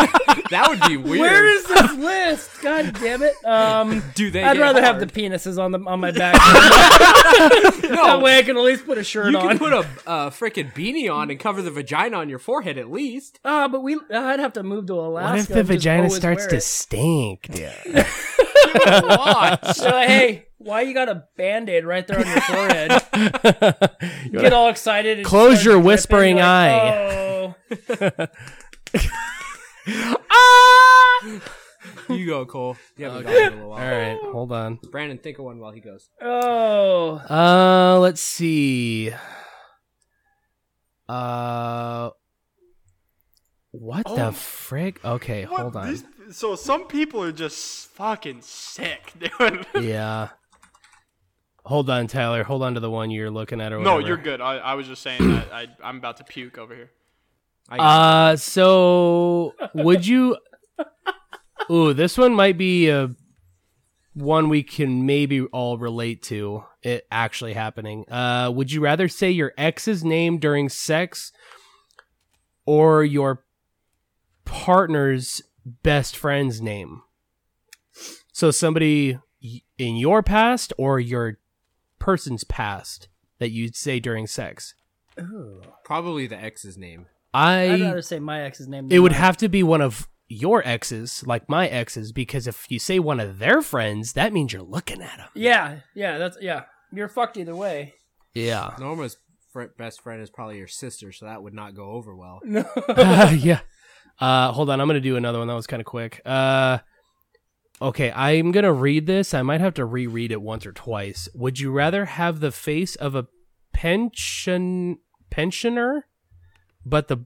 Speaker 3: that would be weird.
Speaker 1: Where is this list? God damn it! Um,
Speaker 3: do they?
Speaker 1: I'd
Speaker 3: get
Speaker 1: rather have the
Speaker 3: hard?
Speaker 1: penises on the on my back. That
Speaker 3: no.
Speaker 1: way I can at least put a shirt
Speaker 3: You
Speaker 1: on.
Speaker 3: can put a, a freaking beanie on and cover the vagina on your forehead at least.
Speaker 1: Ah, but we I'd have to move to Alaska.
Speaker 2: What if the
Speaker 1: and just
Speaker 2: vagina
Speaker 1: always
Speaker 2: starts
Speaker 1: wear
Speaker 2: to
Speaker 1: it.
Speaker 2: stink, dude?
Speaker 3: Watch.
Speaker 1: So hey, why you got a band-aid right there on your forehead?
Speaker 2: You
Speaker 1: Get all excited. And
Speaker 2: Close
Speaker 1: start
Speaker 2: your
Speaker 1: dripping,
Speaker 2: whispering
Speaker 1: like,
Speaker 2: eye.
Speaker 1: "Oh."
Speaker 2: Ah!
Speaker 3: You go, Cole. You haven't gone in a little while.
Speaker 2: All right, hold on.
Speaker 3: Brandon, think of one while he goes.
Speaker 1: Oh,
Speaker 2: Uh, let's see. Uh, what the frick? Okay,
Speaker 4: What?
Speaker 2: hold on.
Speaker 4: These- so some people are just fucking sick, dude.
Speaker 2: yeah. Hold on, Tyler. Hold on to the one you're looking at or
Speaker 4: no,
Speaker 2: whatever.
Speaker 4: you're good. I, I was just saying that I, I'm about to puke over here.
Speaker 2: Uh, so would you? Ooh, this one might be a one we can maybe all relate to it actually happening. Uh, would you rather say your ex's name during sex or your partner's best friend's name? So somebody y- in your past or your person's past that you'd say during sex.
Speaker 3: Probably the ex's name.
Speaker 2: I
Speaker 1: I'd rather say my ex's name.
Speaker 2: it
Speaker 1: than
Speaker 2: would
Speaker 1: mine.
Speaker 2: have to be one of your exes, like my exes, because if you say one of their friends, that means you're looking at them.
Speaker 1: Yeah, yeah, that's yeah. You're fucked either way.
Speaker 2: Yeah.
Speaker 3: Norma's fr- best friend is probably your sister, so that would not go over well.
Speaker 2: yeah. Uh, hold on. I'm going to do another one. That was kind of quick. Uh, okay. I'm going to read this. I might have to reread it once or twice. Would you rather have the face of a pension pensioner, but the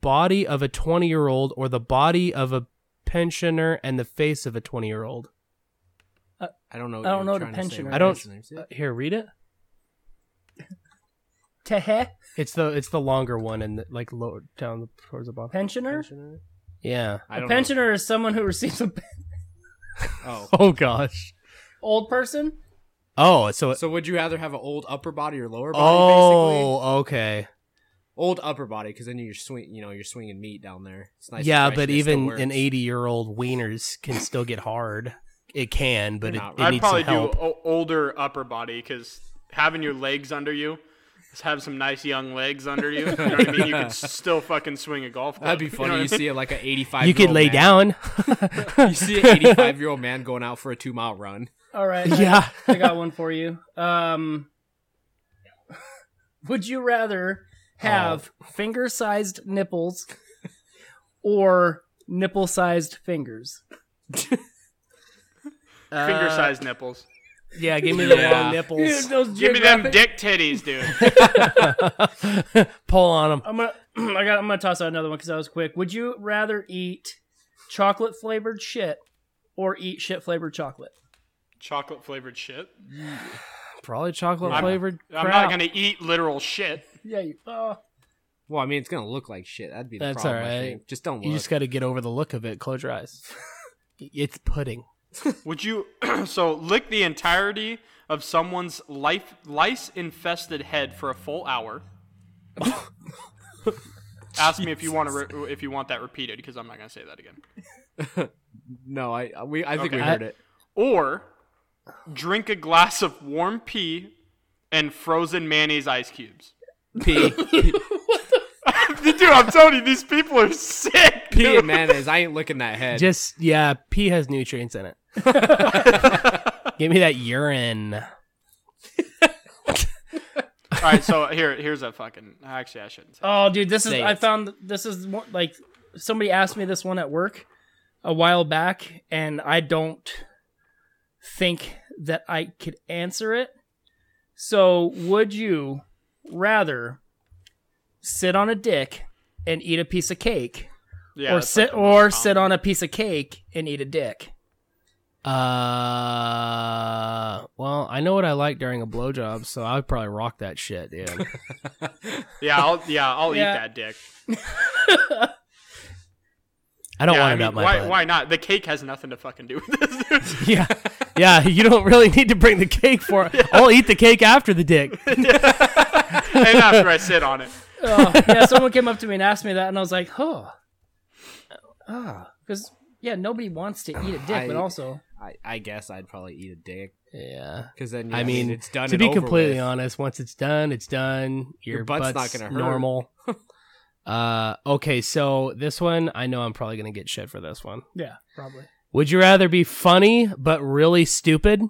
Speaker 2: body of a 20 year old, or the body of a pensioner and the face of a 20 year old?
Speaker 3: I don't know.
Speaker 1: I don't know
Speaker 3: you're
Speaker 1: the
Speaker 3: trying to say
Speaker 1: pensioner. Uh,
Speaker 3: with
Speaker 2: I don't- uh,
Speaker 3: pension names. Yeah.
Speaker 2: Here, read it.
Speaker 1: Tehe
Speaker 2: It's the it's the longer one and the, like lower down towards the bottom.
Speaker 1: pensioner.
Speaker 2: Yeah.
Speaker 3: I
Speaker 1: A
Speaker 3: don't
Speaker 1: pensioner is someone who receives a
Speaker 3: know.
Speaker 2: Oh gosh.
Speaker 1: old person.
Speaker 2: Oh, so
Speaker 3: Oh.
Speaker 2: it,
Speaker 3: So would you rather have an old upper body or lower body? basically?
Speaker 2: oh okay.
Speaker 3: old upper body, because then you're swing, you know, you're swinging meat down there. It's nice. and
Speaker 2: yeah,
Speaker 3: fresh
Speaker 2: but
Speaker 3: and it still
Speaker 2: even
Speaker 3: works.
Speaker 2: an eighty year old wieners can still get hard. It can, but it,
Speaker 3: Not
Speaker 2: it
Speaker 4: I'd
Speaker 2: needs
Speaker 4: probably
Speaker 2: some
Speaker 4: do
Speaker 2: help.
Speaker 4: o- older upper body because having your legs under you, just have some nice young legs under you. You know what I mean? You could s- still fucking swing a golf club.
Speaker 3: That'd be
Speaker 4: you know
Speaker 3: funny.
Speaker 4: what
Speaker 3: You,
Speaker 4: I mean?
Speaker 3: see it like an eighty-five.
Speaker 2: you could lay down.
Speaker 3: You see an eighty-five-year-old man going out for a two-mile run.
Speaker 1: All right. I-
Speaker 2: yeah.
Speaker 1: I, got one for you. Um, would you rather have finger-sized nipples or nipple-sized fingers?
Speaker 4: Uh,
Speaker 3: uh,
Speaker 4: Finger-sized nipples.
Speaker 2: Yeah, give me the
Speaker 3: Yeah.
Speaker 2: long nipples.
Speaker 1: those
Speaker 4: Give me them dick titties, dude.
Speaker 2: Pull on them.
Speaker 1: I'm gonna. I got. I'm gonna toss out another one because I was quick. Would you rather eat chocolate flavored shit or eat shit flavored chocolate?
Speaker 4: Chocolate flavored shit.
Speaker 2: Probably chocolate
Speaker 4: I'm-
Speaker 2: flavored.
Speaker 4: I'm not gonna eat literal shit.
Speaker 1: Yeah. You, oh.
Speaker 3: Well, I mean, it's gonna look like shit. That'd be the
Speaker 2: That's
Speaker 3: problem. I
Speaker 2: alright.
Speaker 3: think. Just don't look.
Speaker 2: You just got to get over the look of it. Close your eyes. it's pudding.
Speaker 4: Would you so lick the entirety of someone's life lice infested head for a full hour? Ask me if you want to re- if you want that repeated because I'm not gonna say that again.
Speaker 3: no, I I- we I think we
Speaker 4: Okay.
Speaker 3: heard it.
Speaker 4: Or drink a glass of warm pee and frozen mayonnaise ice cubes.
Speaker 3: Pee,
Speaker 4: Dude, I'm telling you, these people are sick.
Speaker 3: pee,
Speaker 4: dude.
Speaker 3: and mayonnaise. I ain't licking that head.
Speaker 2: Just yeah, pee has nutrients in it. Give me that urine.
Speaker 4: All right, so here here's a fucking. Actually, I shouldn't. Say.
Speaker 1: Oh, dude, this is.
Speaker 3: Say
Speaker 1: I
Speaker 3: it.
Speaker 1: found this is more, like somebody asked me this one at work a while back, and I don't think that I could answer it. So, would you rather sit on a dick and eat a piece of cake,
Speaker 4: Yeah,
Speaker 1: or
Speaker 4: that's like
Speaker 1: sit
Speaker 4: the
Speaker 1: or
Speaker 4: most
Speaker 1: sit
Speaker 4: common.
Speaker 1: on a piece of cake and eat a dick?
Speaker 2: Uh, well, I know what I like during a blowjob, so I would probably rock that shit, dude.
Speaker 4: Yeah, I'll yeah I'll
Speaker 1: Yeah.
Speaker 4: eat that dick.
Speaker 2: I don't want
Speaker 4: yeah, I
Speaker 2: it
Speaker 4: mean,
Speaker 2: up my
Speaker 4: why,
Speaker 2: butt.
Speaker 4: why not? The cake has nothing to fucking do with this. dude.
Speaker 2: Yeah, yeah. You don't really need to bring the cake for. I'll eat the cake after the dick.
Speaker 4: and after I sit on it.
Speaker 1: oh, yeah, someone came up to me and asked me that, and I was like, "Huh, ah," because yeah, nobody wants to eat a dick,
Speaker 3: I-
Speaker 1: but also
Speaker 3: I, I guess I'd probably eat a dick
Speaker 2: Yeah.
Speaker 3: because then
Speaker 2: I mean,
Speaker 3: it's done.
Speaker 2: to
Speaker 3: and
Speaker 2: be
Speaker 3: over
Speaker 2: completely
Speaker 3: with.
Speaker 2: honest, once it's done, it's done. Your,
Speaker 3: Your butt's not gonna hurt.
Speaker 2: Normal. uh, okay, so this one, I know I'm probably gonna get shit for this one.
Speaker 1: yeah, probably.
Speaker 2: Would you rather be funny but really stupid,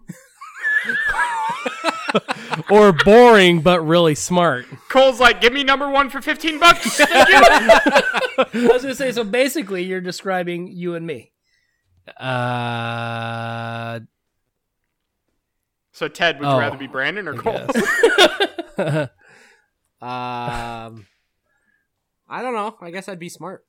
Speaker 2: or boring but really smart?
Speaker 4: Cole's like, give me number one for 15 bucks. Thank you.
Speaker 1: I was gonna say, so basically, you're describing you and me.
Speaker 2: Uh,
Speaker 4: so, Ted, would you
Speaker 2: Oh,
Speaker 4: rather be Brandon or
Speaker 2: I
Speaker 4: Cole?
Speaker 2: guess.
Speaker 3: Um, I don't know. I guess I'd be smart.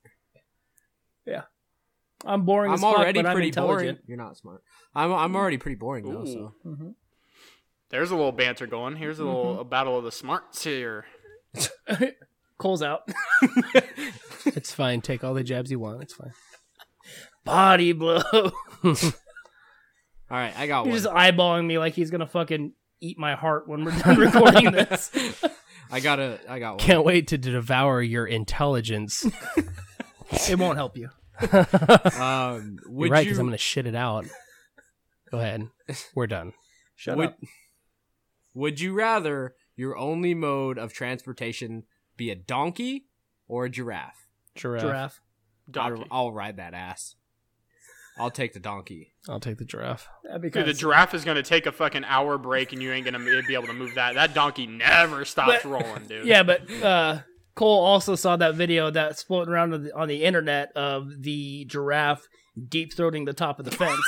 Speaker 1: I'm boring. as
Speaker 3: I'm
Speaker 1: fuck,
Speaker 3: already
Speaker 1: but I'm
Speaker 3: pretty boring.
Speaker 1: intelligent.
Speaker 3: You're not smart. I'm I'm already pretty boring though. So
Speaker 4: Ooh. There's a little banter going. Here's a little
Speaker 2: Mm-hmm.
Speaker 4: a battle of the smarts here.
Speaker 1: Cole's out.
Speaker 2: it's fine. Take all the jabs you want. It's fine.
Speaker 1: Body blow.
Speaker 3: all right, I got
Speaker 1: You're
Speaker 3: one.
Speaker 1: just eyeballing me like he's gonna fucking eat my heart when we're done recording this.
Speaker 3: I got a. I got one.
Speaker 2: Can't wait to devour your intelligence.
Speaker 1: It won't help you.
Speaker 3: Um, would
Speaker 2: You're right,
Speaker 3: you?
Speaker 2: because I'm going to shit it out. Go ahead. We're done.
Speaker 1: Shut
Speaker 3: would,
Speaker 1: up.
Speaker 3: would you rather your only mode of transportation be a donkey or a giraffe?
Speaker 2: Giraffe.
Speaker 1: Giraffe.
Speaker 4: Donkey.
Speaker 3: I'll, I'll ride that ass. I'll take the donkey.
Speaker 2: I'll take the giraffe.
Speaker 1: That'd be
Speaker 4: Dude, the
Speaker 1: kinda
Speaker 4: giraffe is gonna take a fucking hour break, and you ain't gonna be able to move that. That donkey never stops rolling, dude.
Speaker 1: Yeah, but uh, Cole also saw that video that's floating around on the, on the internet of the giraffe deep throating the top of the fence.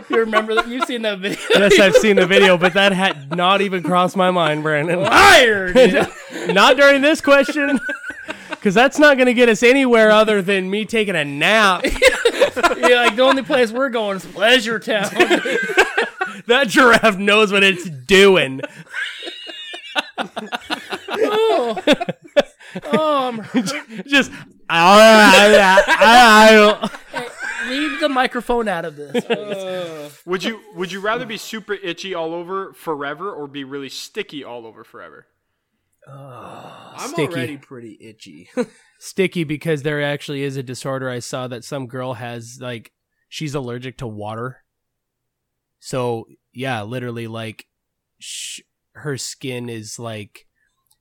Speaker 1: you remember that? You've seen that video?
Speaker 2: Yes, I've seen the video, but that had not even crossed my mind, Brandon.
Speaker 1: Liar, dude.
Speaker 2: not during this question. Because that's not going to get us anywhere other than me taking a nap.
Speaker 1: You're like the only place we're going is Pleasure Town.
Speaker 2: That giraffe knows what it's doing.
Speaker 1: oh. oh, I'm hurt.
Speaker 2: Just. "Ah, I
Speaker 1: leave the microphone out of this.
Speaker 4: Would you Would you rather be super itchy all over forever, or be really sticky all over forever?
Speaker 3: I'm
Speaker 2: Sticky.
Speaker 3: already pretty itchy.
Speaker 2: sticky because there actually is a disorder I saw that some girl has like she's allergic to water. So yeah, literally like sh- her skin is like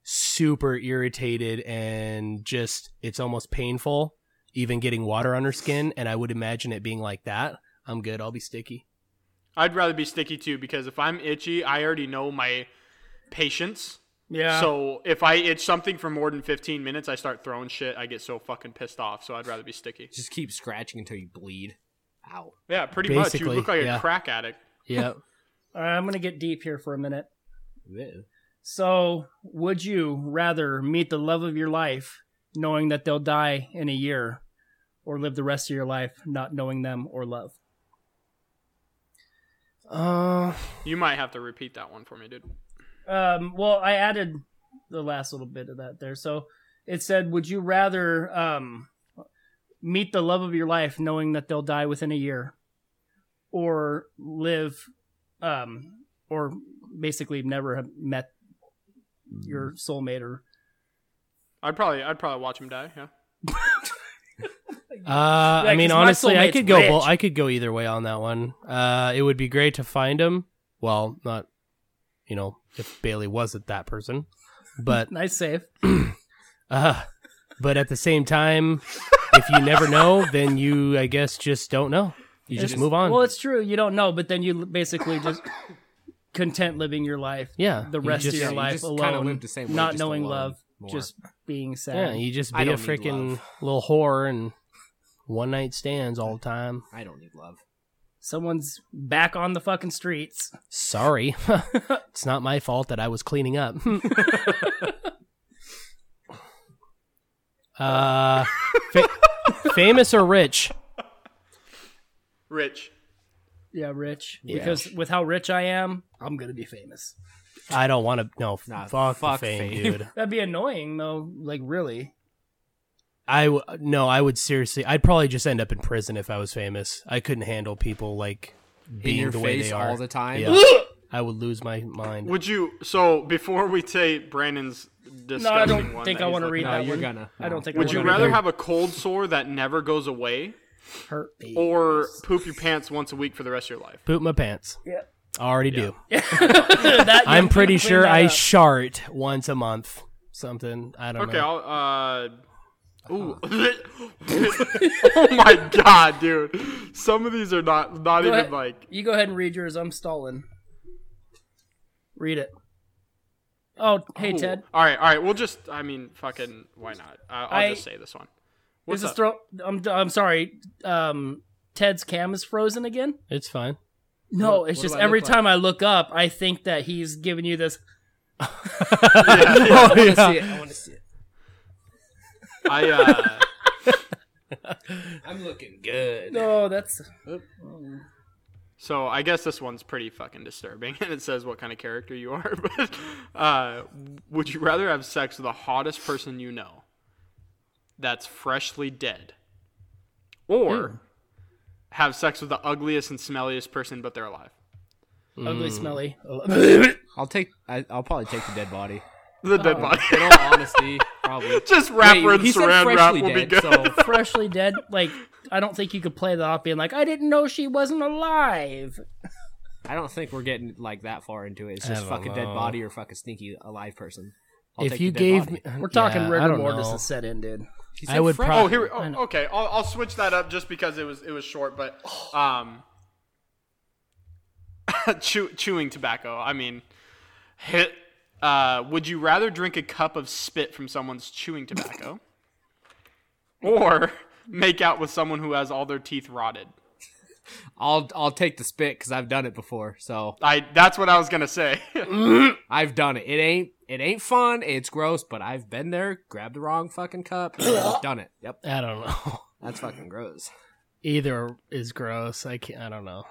Speaker 2: super irritated and just it's almost painful even getting water on her skin and I would imagine it being like that. I'm good. I'll be sticky.
Speaker 4: I'd rather be sticky too, because if I'm itchy, I already know my patience.
Speaker 1: Yeah.
Speaker 4: So if I itch something for more than 15 minutes, I start throwing shit. I get so fucking pissed off. So I'd rather be sticky.
Speaker 3: Just keep scratching until you bleed. Ow.
Speaker 4: Yeah, pretty much. You
Speaker 2: Basically,
Speaker 4: look like
Speaker 2: yeah.
Speaker 4: a crack addict.
Speaker 2: Yep.
Speaker 1: All right, I'm going to get deep here for a minute. So, would you rather meet the love of your life knowing that they'll die in a year or live the rest of your life not knowing them or love?
Speaker 2: uh
Speaker 4: You might have to repeat that one for me, dude.
Speaker 1: Um, well, I added the last little bit of that there. So, it said, would you rather um, meet the love of your life knowing that they'll die within a year or live um, or basically never have met your
Speaker 2: Mm.
Speaker 1: soulmate or
Speaker 4: I'd probably I'd probably watch him die. Yeah.
Speaker 2: Uh, I mean,
Speaker 1: 'cause my
Speaker 2: honestly, I
Speaker 1: soulmate's
Speaker 2: could go.
Speaker 1: rich.
Speaker 2: Well, I could go either way on that one. Uh, it would be great to find him. Well, not, you know, if Bailey wasn't that person, but
Speaker 1: nice save.
Speaker 2: uh, but at the same time, if you never know, then you, I guess, just don't know. You just, move on.
Speaker 1: Well, it's true. You don't know, but then you l- basically just content living your life,
Speaker 2: yeah,
Speaker 1: the
Speaker 2: you
Speaker 1: rest
Speaker 2: just-
Speaker 1: of your
Speaker 3: you
Speaker 1: life
Speaker 3: just kinda
Speaker 1: alone,
Speaker 3: live the same way,
Speaker 1: not
Speaker 3: just
Speaker 1: knowing
Speaker 3: alone
Speaker 1: love,
Speaker 3: more.
Speaker 1: just being sad.
Speaker 2: Yeah, you just
Speaker 3: I
Speaker 2: be a
Speaker 3: don't need
Speaker 2: freaking
Speaker 3: love.
Speaker 2: little whore and one night stands all the time.
Speaker 3: I don't need love.
Speaker 1: Someone's back on the fucking streets.
Speaker 2: Sorry, it's not my fault that I was cleaning up. uh, fa- famous or rich?
Speaker 4: Rich.
Speaker 1: Yeah, rich.
Speaker 2: Yeah.
Speaker 1: Because with how rich I am, I'm gonna be famous.
Speaker 2: I don't want to. No,
Speaker 3: Nah,
Speaker 2: fuck, the
Speaker 3: fuck
Speaker 2: fame,
Speaker 3: fame.
Speaker 2: dude.
Speaker 1: That'd be annoying though. Like really,
Speaker 2: I w- no, I would seriously. I'd probably just end up in prison if I was famous. I couldn't handle people like being
Speaker 3: In your
Speaker 2: the way
Speaker 3: face
Speaker 2: they are
Speaker 3: all the time.
Speaker 2: Yeah. I would lose my mind.
Speaker 4: Would you? So before we take Brandon's
Speaker 1: No, I
Speaker 4: disgusting
Speaker 1: don't
Speaker 4: one
Speaker 1: think
Speaker 4: that
Speaker 1: I
Speaker 4: he's
Speaker 1: want to
Speaker 4: looking
Speaker 1: read
Speaker 4: at,
Speaker 1: that
Speaker 3: you're
Speaker 1: one.
Speaker 3: gonna-
Speaker 1: I don't think.
Speaker 4: would
Speaker 1: I
Speaker 4: you
Speaker 1: wanna
Speaker 4: rather have a cold sore that never goes away,
Speaker 1: hurt me?
Speaker 4: or poop your pants once a week for the rest of your life?
Speaker 2: Poop my pants.
Speaker 1: Yeah.
Speaker 2: I already do.
Speaker 1: That- you
Speaker 2: I'm
Speaker 1: can
Speaker 2: pretty
Speaker 1: clean
Speaker 2: sure
Speaker 1: that
Speaker 2: I
Speaker 1: up.
Speaker 2: shart once a month. Something. I don't
Speaker 4: Okay,
Speaker 2: know.
Speaker 4: I'll. Uh, ooh. oh my god, dude! Some of these are not not
Speaker 1: Go
Speaker 4: even
Speaker 1: ahead.
Speaker 4: like.
Speaker 1: You go ahead and read yours. I'm stalling. Read it. Oh, hey
Speaker 4: Ooh.
Speaker 1: Ted.
Speaker 4: All right, all right. We'll just. I mean, fucking. Why not? I, I'll
Speaker 1: I-
Speaker 4: just say this one.
Speaker 1: This
Speaker 4: What's
Speaker 1: is
Speaker 4: up?
Speaker 1: throw. I'm I'm sorry. Um, Ted's cam is frozen again.
Speaker 2: It's fine.
Speaker 1: No,
Speaker 3: What-
Speaker 1: it's
Speaker 3: what
Speaker 1: just
Speaker 3: do I
Speaker 1: every
Speaker 3: look like?
Speaker 1: time I look up, I think that he's giving you this.
Speaker 2: Oh,
Speaker 3: I
Speaker 2: yeah.
Speaker 3: want to see it. I want to see it.
Speaker 4: I uh,
Speaker 3: I'm looking good.
Speaker 1: No, oh, that's
Speaker 4: so I guess this one's pretty fucking disturbing, and it says what kind of character you are. But uh, would you rather have sex with the hottest person you know, that's freshly dead, or
Speaker 1: Hmm.
Speaker 4: have sex with the ugliest and smelliest person but they're alive?
Speaker 1: ugly, smelly.
Speaker 3: I'll take. I, I'll probably take the dead body.
Speaker 4: The dead body.
Speaker 3: In all honesty, probably.
Speaker 4: just wrapper
Speaker 3: Oh. Wait,
Speaker 4: and
Speaker 3: he said
Speaker 4: saran wrap
Speaker 3: freshly
Speaker 4: will be
Speaker 3: dead,
Speaker 4: good.
Speaker 3: so-
Speaker 1: Freshly dead. Like I don't think you could play that off being like I didn't know she wasn't alive.
Speaker 3: I don't think we're getting like that far into it. It's
Speaker 2: I
Speaker 3: just
Speaker 2: don't
Speaker 3: fucking dead
Speaker 2: know.
Speaker 3: body or fucking sneaky alive person. I'll
Speaker 2: If
Speaker 3: take
Speaker 2: you
Speaker 3: the dead
Speaker 2: gave me,
Speaker 3: body.
Speaker 1: We're talking
Speaker 2: yeah, I
Speaker 1: rigor
Speaker 2: don't
Speaker 1: mortis
Speaker 2: know.
Speaker 1: is set in, dude.
Speaker 3: He
Speaker 2: I
Speaker 3: said
Speaker 2: would
Speaker 3: fresh-
Speaker 2: prob-
Speaker 4: Oh, here. Oh, okay, I'll, I'll switch that up just because it was it was short, but um, chew, chewing tobacco. I mean, hit. Uh, would you rather drink a cup of spit from someone's chewing tobacco, or make out with someone who has all their teeth rotted?
Speaker 3: I'll I'll take the spit because I've done it before. So
Speaker 4: I. That's what I was gonna say.
Speaker 3: I've done it. It ain't it ain't fun. It's gross, but I've been there. Grabbed the wrong fucking cup. and done it. Yep,
Speaker 2: I don't know.
Speaker 3: that's fucking gross.
Speaker 2: Either is gross. I can't. I don't know.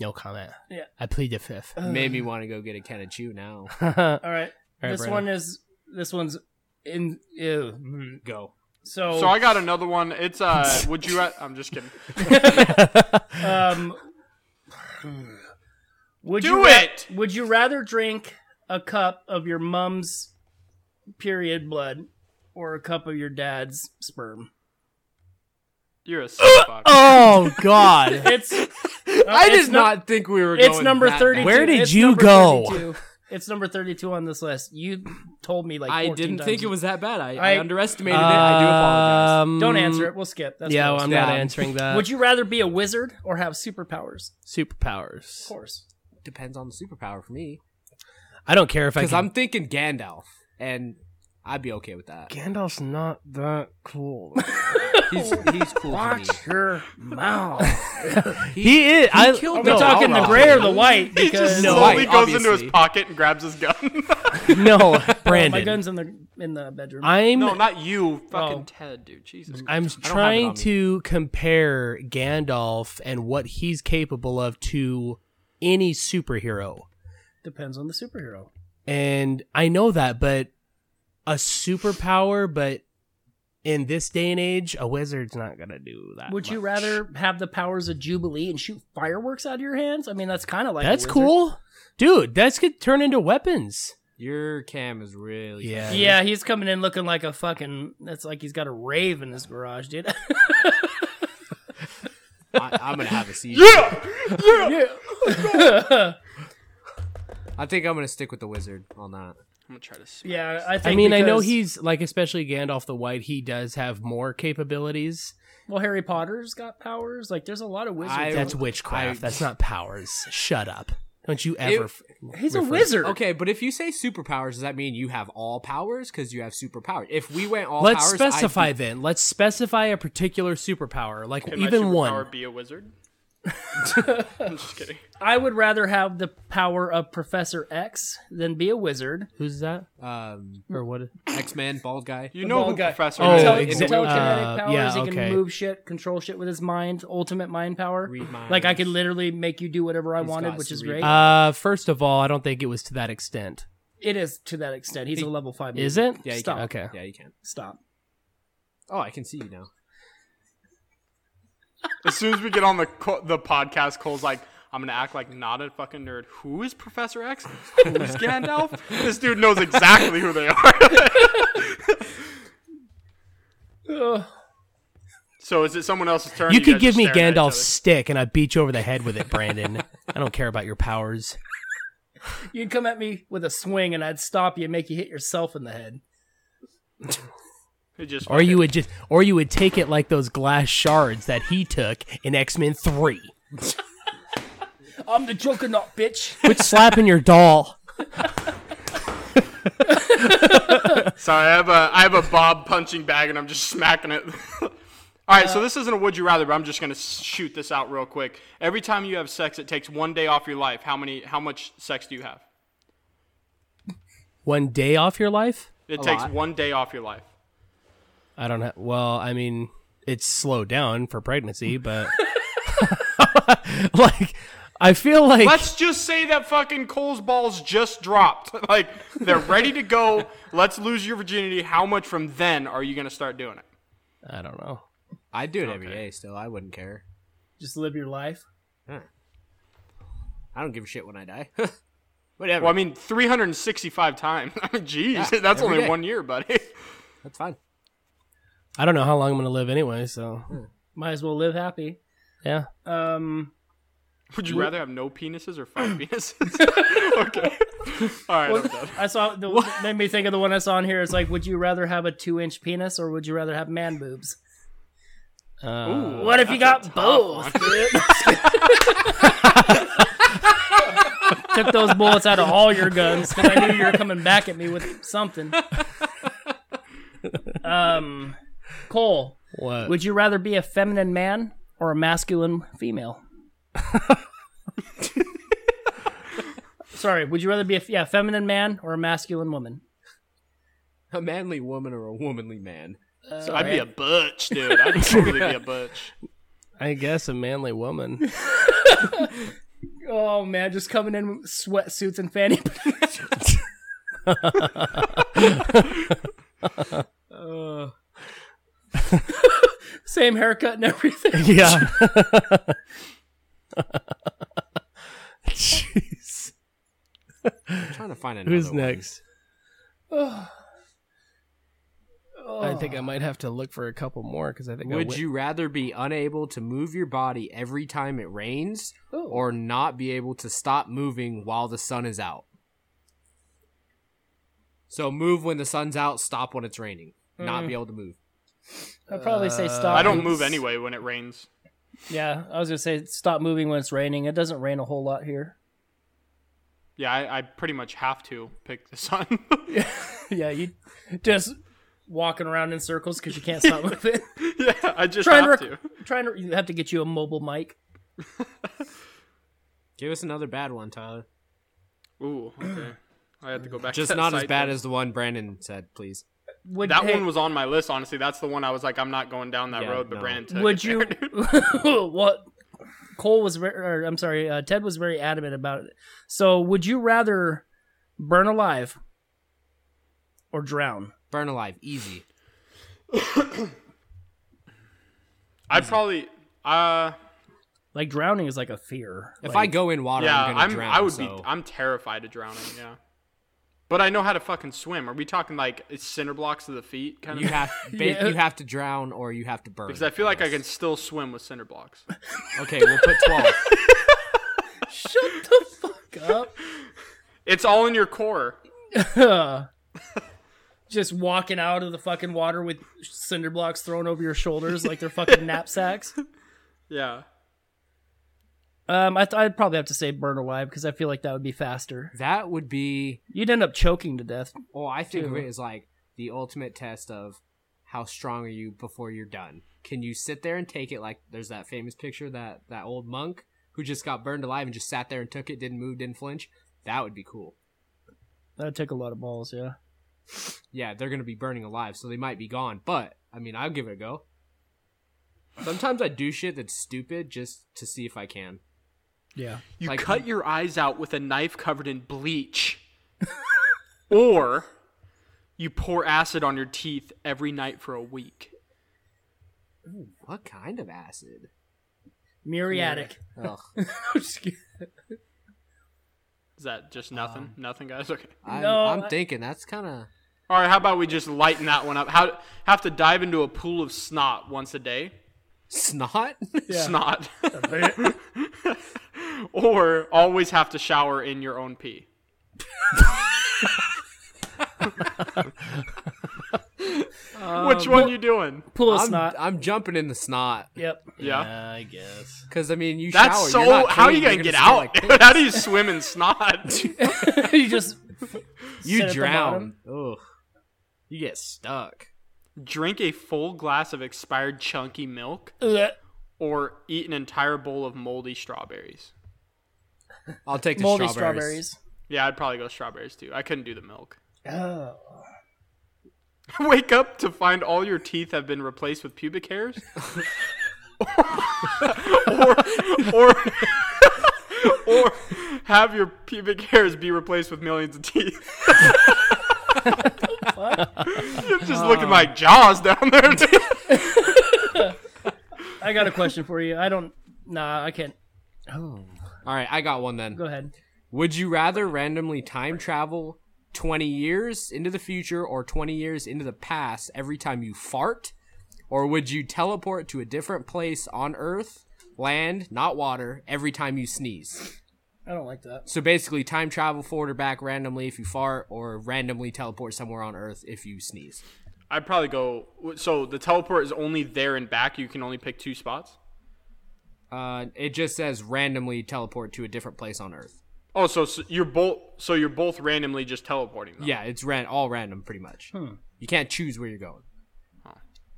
Speaker 2: No comment.
Speaker 1: Yeah.
Speaker 2: I plead the fifth.
Speaker 3: Made me want to go get a can of chew now.
Speaker 1: All right.
Speaker 2: right,
Speaker 1: this
Speaker 2: Brandon.
Speaker 1: one is this one's in ew.
Speaker 3: Go.
Speaker 1: So,
Speaker 4: so I got another one. It's uh. Would you? Ra- I'm just kidding.
Speaker 1: um would
Speaker 4: Do
Speaker 1: you ra-
Speaker 4: it!
Speaker 1: would you rather drink a cup of your mom's period blood or a cup of your dad's sperm?
Speaker 4: You're a sick fuck.
Speaker 2: oh God.
Speaker 1: It's
Speaker 3: I
Speaker 1: it's
Speaker 3: did
Speaker 1: no-
Speaker 3: not think we were.
Speaker 1: it's
Speaker 3: going
Speaker 1: number
Speaker 3: that
Speaker 1: thirty.
Speaker 3: bad.
Speaker 2: Where did
Speaker 1: it's
Speaker 2: you
Speaker 1: number
Speaker 2: go?
Speaker 1: 32. It's number thirty-two on this list. You told me like
Speaker 3: I
Speaker 1: 14
Speaker 3: didn't
Speaker 1: times.
Speaker 3: think it was that bad. I, I,
Speaker 1: I-
Speaker 3: underestimated it. I do apologize.
Speaker 2: Um,
Speaker 1: Don't answer it. We'll skip. That's
Speaker 2: Yeah,
Speaker 1: gross.
Speaker 2: I'm
Speaker 3: Yeah. uh,
Speaker 2: not answering that.
Speaker 1: Would you rather be a wizard or have superpowers? Of
Speaker 2: Superpowers.
Speaker 1: course.
Speaker 3: Depends on the superpower for me.
Speaker 2: I don't care if I
Speaker 3: Because
Speaker 2: can.
Speaker 3: I'm thinking Gandalf, and I'd be okay with that.
Speaker 2: Gandalf's not that cool.
Speaker 3: He's, he's cool to me.
Speaker 1: your mouth.
Speaker 2: he, is. I,
Speaker 3: killed
Speaker 2: no,
Speaker 1: We're talking the
Speaker 2: I'll rock
Speaker 1: gray
Speaker 2: with
Speaker 1: or the white
Speaker 4: He
Speaker 1: because
Speaker 4: just
Speaker 2: No.
Speaker 4: slowly
Speaker 3: Right,
Speaker 4: goes into
Speaker 3: obviously.
Speaker 4: his pocket and grabs his gun.
Speaker 2: it. no,
Speaker 1: Oh,
Speaker 2: Brandon.
Speaker 1: my gun's in the in the bedroom.
Speaker 2: I'm
Speaker 4: no, not you, fucking
Speaker 1: Oh.
Speaker 4: Ted, dude. Jesus.
Speaker 2: I'm
Speaker 3: on
Speaker 2: trying
Speaker 3: me.
Speaker 2: to compare Gandalf and what he's capable of to any superhero.
Speaker 1: Depends on the superhero.
Speaker 2: And I know that, but a superpower, but in this day and age, a wizard's not gonna do that.
Speaker 1: Would you
Speaker 2: much.
Speaker 1: rather have the powers of Jubilee and shoot fireworks out of your hands? I mean, that's kind of like a
Speaker 2: That's
Speaker 1: wizard.
Speaker 2: cool, dude. That's could turn into weapons.
Speaker 3: Your cam is really.
Speaker 2: Yeah.
Speaker 1: Yeah, he's coming in looking like a fucking. That's like he's got a rave in his garage, dude.
Speaker 3: I, I'm gonna have a seizure.
Speaker 4: Yeah! Yeah!
Speaker 3: I think I'm gonna stick with the wizard on that.
Speaker 4: I'm gonna try to see.
Speaker 1: yeah, I think.
Speaker 2: I mean, I know
Speaker 1: because-
Speaker 2: he's like, especially Gandalf the White. He does have more capabilities.
Speaker 1: Well, Harry Potter's got powers. Like, there's a lot of wizards.
Speaker 3: I-
Speaker 2: That's witchcraft.
Speaker 3: I-
Speaker 2: That's not powers. Shut up. Don't you ever. f
Speaker 1: he's a
Speaker 2: refer-
Speaker 1: wizard.
Speaker 3: Okay, but if you say superpowers, does that mean you have all powers? Because you have superpowers. If we went all
Speaker 2: Let's
Speaker 3: powers, I'd
Speaker 2: specify
Speaker 3: be-
Speaker 2: then. Let's specify a particular superpower, like
Speaker 4: Can my
Speaker 2: even
Speaker 4: superpower
Speaker 2: one.
Speaker 4: be a wizard? I'm just kidding.
Speaker 1: I would rather have the power of Professor X than be a wizard.
Speaker 2: Who's that?
Speaker 3: um,
Speaker 2: Or what?
Speaker 3: X Men bald guy.
Speaker 4: You know
Speaker 1: bald
Speaker 4: who
Speaker 1: guy.
Speaker 4: Professor
Speaker 2: Oh,
Speaker 4: is.
Speaker 1: Tele-
Speaker 2: exa-
Speaker 1: telekinetic
Speaker 2: uh,
Speaker 1: powers.
Speaker 2: yeah,
Speaker 1: he can
Speaker 2: okay.
Speaker 1: move shit, control shit with his mind. Ultimate mind power.
Speaker 3: Read minds.
Speaker 1: Like I could literally make you do whatever I wanted,
Speaker 3: got
Speaker 1: which is
Speaker 3: cerebral-
Speaker 1: great.
Speaker 2: Uh, first of all, I don't think it was to that extent.
Speaker 1: it is to that extent. He's a level five.
Speaker 2: Is
Speaker 1: mutant.
Speaker 2: it?
Speaker 3: Yeah, you
Speaker 1: Stop.
Speaker 3: can.
Speaker 2: Okay.
Speaker 3: Yeah, you can.
Speaker 1: Stop.
Speaker 3: Oh, I can see you now.
Speaker 4: As soon as we get on the co- the podcast, Cole's like, I'm gonna act like not a fucking nerd. Who is Professor X? Who's Gandalf? this dude knows exactly who they are.
Speaker 1: Ugh.
Speaker 4: so is it someone else's turn?
Speaker 2: You
Speaker 4: guys
Speaker 2: could give
Speaker 4: just
Speaker 2: me
Speaker 4: staring at each
Speaker 2: Gandalf's
Speaker 4: other?
Speaker 2: stick and I beat you over the head with it, Brandon. I don't care about your powers.
Speaker 1: You'd come at me with a swing, and I'd stop you and make you hit yourself in the head.
Speaker 4: It just
Speaker 2: Or you would just or you would take it like those glass shards that he took in X-Men 3.
Speaker 1: I'm the Joker, not bitch.
Speaker 2: Quit slapping your doll.
Speaker 4: Sorry, I have a I have a Bob punching bag and I'm just smacking it. All right,
Speaker 3: Uh,
Speaker 4: so this isn't a would you rather, but I'm just gonna s- shoot this out real quick. Every time you have sex, it takes one day off your life. How many? How much sex do you have?
Speaker 2: One day off your life?
Speaker 4: It takes
Speaker 3: lot.
Speaker 4: one day off your life.
Speaker 2: I don't have well, I mean, it's slowed down for pregnancy, but like I feel like
Speaker 4: Let's just say that fucking Cole's balls just dropped. Like they're ready to go. Let's lose your virginity. How much from then are you gonna start doing it?
Speaker 2: I don't know.
Speaker 3: I'd do it every day still. I wouldn't care.
Speaker 1: Just live your life.
Speaker 3: I don't give a shit when I die. Whatever.
Speaker 4: Well, I mean, 365 times. I mean, geez, that's
Speaker 3: every
Speaker 4: only
Speaker 3: day.
Speaker 4: one year, buddy.
Speaker 3: That's fine.
Speaker 2: I don't know how long I'm going to live anyway, so
Speaker 1: Hmm. Might as well live happy.
Speaker 2: yeah.
Speaker 1: Um,
Speaker 4: Would you rather have no penises or five penises? okay. All right, I'm done.
Speaker 1: I saw the made me think of the one I saw on here. It's like, would you rather have a two-inch penis or would you rather have man boobs?
Speaker 2: Uh,
Speaker 1: What if you got both? Took those bullets out of all your guns because I knew you were coming back at me with something. Um, Cole,
Speaker 2: what?
Speaker 1: would you rather be a feminine man or a masculine female? Sorry, would you rather be a yeah feminine man or a masculine woman?
Speaker 3: A manly woman or a womanly man.
Speaker 4: I'd be a butch, dude. I'd totally be a butch.
Speaker 2: I guess a manly woman.
Speaker 1: Oh man, just coming in with sweatsuits and fanny. pants. Uh. Same haircut and everything.
Speaker 2: yeah. Jeez.
Speaker 3: I'm trying to find another
Speaker 2: Who's
Speaker 3: one.
Speaker 2: next? I
Speaker 1: Oh.
Speaker 2: think I might have to look for a couple more because I think I
Speaker 3: Would
Speaker 2: went-
Speaker 3: you rather be unable to move your body every time it rains
Speaker 1: Ooh.
Speaker 3: or not be able to stop moving while the sun is out? So move when the sun's out, stop when it's raining. Not be able to move.
Speaker 1: I'd probably say stop.
Speaker 4: uh, I don't move anyway when it rains.
Speaker 1: Yeah, I was gonna say stop moving when it's raining. It doesn't rain a whole lot here.
Speaker 4: Yeah, I, I pretty much have to pick the sun.
Speaker 1: Yeah, you just walking around in circles because you can't stop moving.
Speaker 4: yeah, I just
Speaker 1: trying
Speaker 4: have
Speaker 1: to,
Speaker 4: to.
Speaker 1: rec- trying to. You have to get you a mobile mic.
Speaker 3: Give us another bad one, Tyler.
Speaker 4: Ooh, okay. I have to go back. to
Speaker 3: Just
Speaker 4: that
Speaker 3: not as
Speaker 4: site
Speaker 3: bad
Speaker 4: then.
Speaker 3: as the one Brandon said, please.
Speaker 1: Would,
Speaker 4: that
Speaker 1: hey,
Speaker 4: one was on my list. Honestly, that's the one I was like, I'm not going down that
Speaker 3: Yeah,
Speaker 4: road. But
Speaker 3: no.
Speaker 4: Brandon, took
Speaker 1: Would
Speaker 4: it
Speaker 1: you?
Speaker 4: there, dude.
Speaker 1: what? Cole was, ver- or, I'm sorry, uh, Ted was very adamant about it. So, would you rather burn alive or drown?
Speaker 3: Burn alive, easy.
Speaker 4: I'd probably. Uh,
Speaker 1: Like drowning is like a fear.
Speaker 3: If I
Speaker 1: Like,
Speaker 3: go in water,
Speaker 4: yeah,
Speaker 3: I'm
Speaker 4: I'm.
Speaker 3: gonna drown.
Speaker 4: I would be.
Speaker 3: so-
Speaker 4: I'm terrified of drowning. Yeah. But I know how to fucking swim. Are we talking like it's cinder blocks to the feet kind of?
Speaker 3: you have ba-
Speaker 1: Yeah.
Speaker 3: you have to drown or you have to burn.
Speaker 4: Because I feel like I can still swim with cinder blocks.
Speaker 3: Okay, we'll put twelve.
Speaker 1: shut the fuck
Speaker 4: It's all in your core.
Speaker 1: up. Just walking out of the fucking water with cinder blocks thrown over your shoulders like they're fucking knapsacks.
Speaker 4: Yeah.
Speaker 1: Um, I th- I'd probably have to say burn alive because I feel like that would be faster.
Speaker 3: that would be
Speaker 1: You'd end up choking to death.
Speaker 3: Well, I think of
Speaker 1: Two.
Speaker 3: it as like the ultimate test of how strong are you before you're done. Can you sit there and take it? Like there's that famous picture of that that old monk who just got burned alive and just sat there and took it, didn't move, didn't flinch. That would be cool.
Speaker 1: That'd take a lot of balls, yeah.
Speaker 3: Yeah, they're gonna be burning alive, so they might be gone. But I mean, I'll give it a go. Sometimes I do shit that's stupid just to see if I can.
Speaker 1: Yeah.
Speaker 4: You
Speaker 3: Like-
Speaker 4: cut your eyes out with a knife covered in bleach, or you pour acid on your teeth every night for a week.
Speaker 3: What kind of acid?
Speaker 1: Muriatic.
Speaker 3: Ugh.
Speaker 1: I'm just kidding.
Speaker 4: Is that just nothing? nothing, guys. Okay.
Speaker 3: I'm,
Speaker 1: No,
Speaker 3: I'm
Speaker 1: I-
Speaker 3: thinking that's kind of
Speaker 4: All right. How about we just lighten that one up? How have to dive into a pool of snot once a day?
Speaker 3: snot.
Speaker 4: Snot. or always have to shower in your own pee. Which one you doing?
Speaker 1: Pool of
Speaker 3: I'm,
Speaker 1: snot.
Speaker 3: I'm jumping in the snot
Speaker 1: yep.
Speaker 4: Yeah.
Speaker 2: I guess.
Speaker 3: because I mean you
Speaker 4: That's
Speaker 3: shower.
Speaker 4: so.
Speaker 3: you're not
Speaker 4: how are you
Speaker 3: clean, you're
Speaker 4: gonna, get
Speaker 3: smell
Speaker 4: out?
Speaker 3: like
Speaker 4: dude?
Speaker 3: piss.
Speaker 4: how do you swim in snot?
Speaker 1: you just sit
Speaker 3: you
Speaker 1: at the
Speaker 3: drown.
Speaker 1: bottom.
Speaker 3: Ugh. You get stuck.
Speaker 4: Drink a full glass of expired chunky milk,
Speaker 1: Ugh.
Speaker 4: or eat an entire bowl of moldy strawberries.
Speaker 3: I'll take the
Speaker 1: moldy
Speaker 3: strawberries.
Speaker 1: strawberries.
Speaker 4: Yeah, I'd probably go strawberries too. I couldn't do the milk.
Speaker 1: Oh.
Speaker 4: Wake up to find all your teeth have been replaced with pubic hairs. or, or, or have your pubic hairs be replaced with millions of teeth. You're just looking like Jaws down there. dude.
Speaker 1: I got a question for you. I don't. Nah, I can't.
Speaker 3: All right, I got one then.
Speaker 1: Go ahead.
Speaker 3: Would you rather randomly time travel 20 years into the future or 20 years into the past every time you fart? Or would you teleport to a different place on Earth, land, not water, every time you sneeze?
Speaker 1: I don't like that.
Speaker 3: So basically, time travel forward or back randomly if you fart, or randomly teleport somewhere on Earth if you sneeze.
Speaker 4: I'd probably go. So the teleport is only there and back. You can only pick two spots.
Speaker 3: Uh, it just says randomly teleport to a different place on Earth.
Speaker 4: Oh, so, so you're both. So you're both randomly just teleporting. Though.
Speaker 3: Yeah, it's ran- all random pretty much. You can't choose where you're going.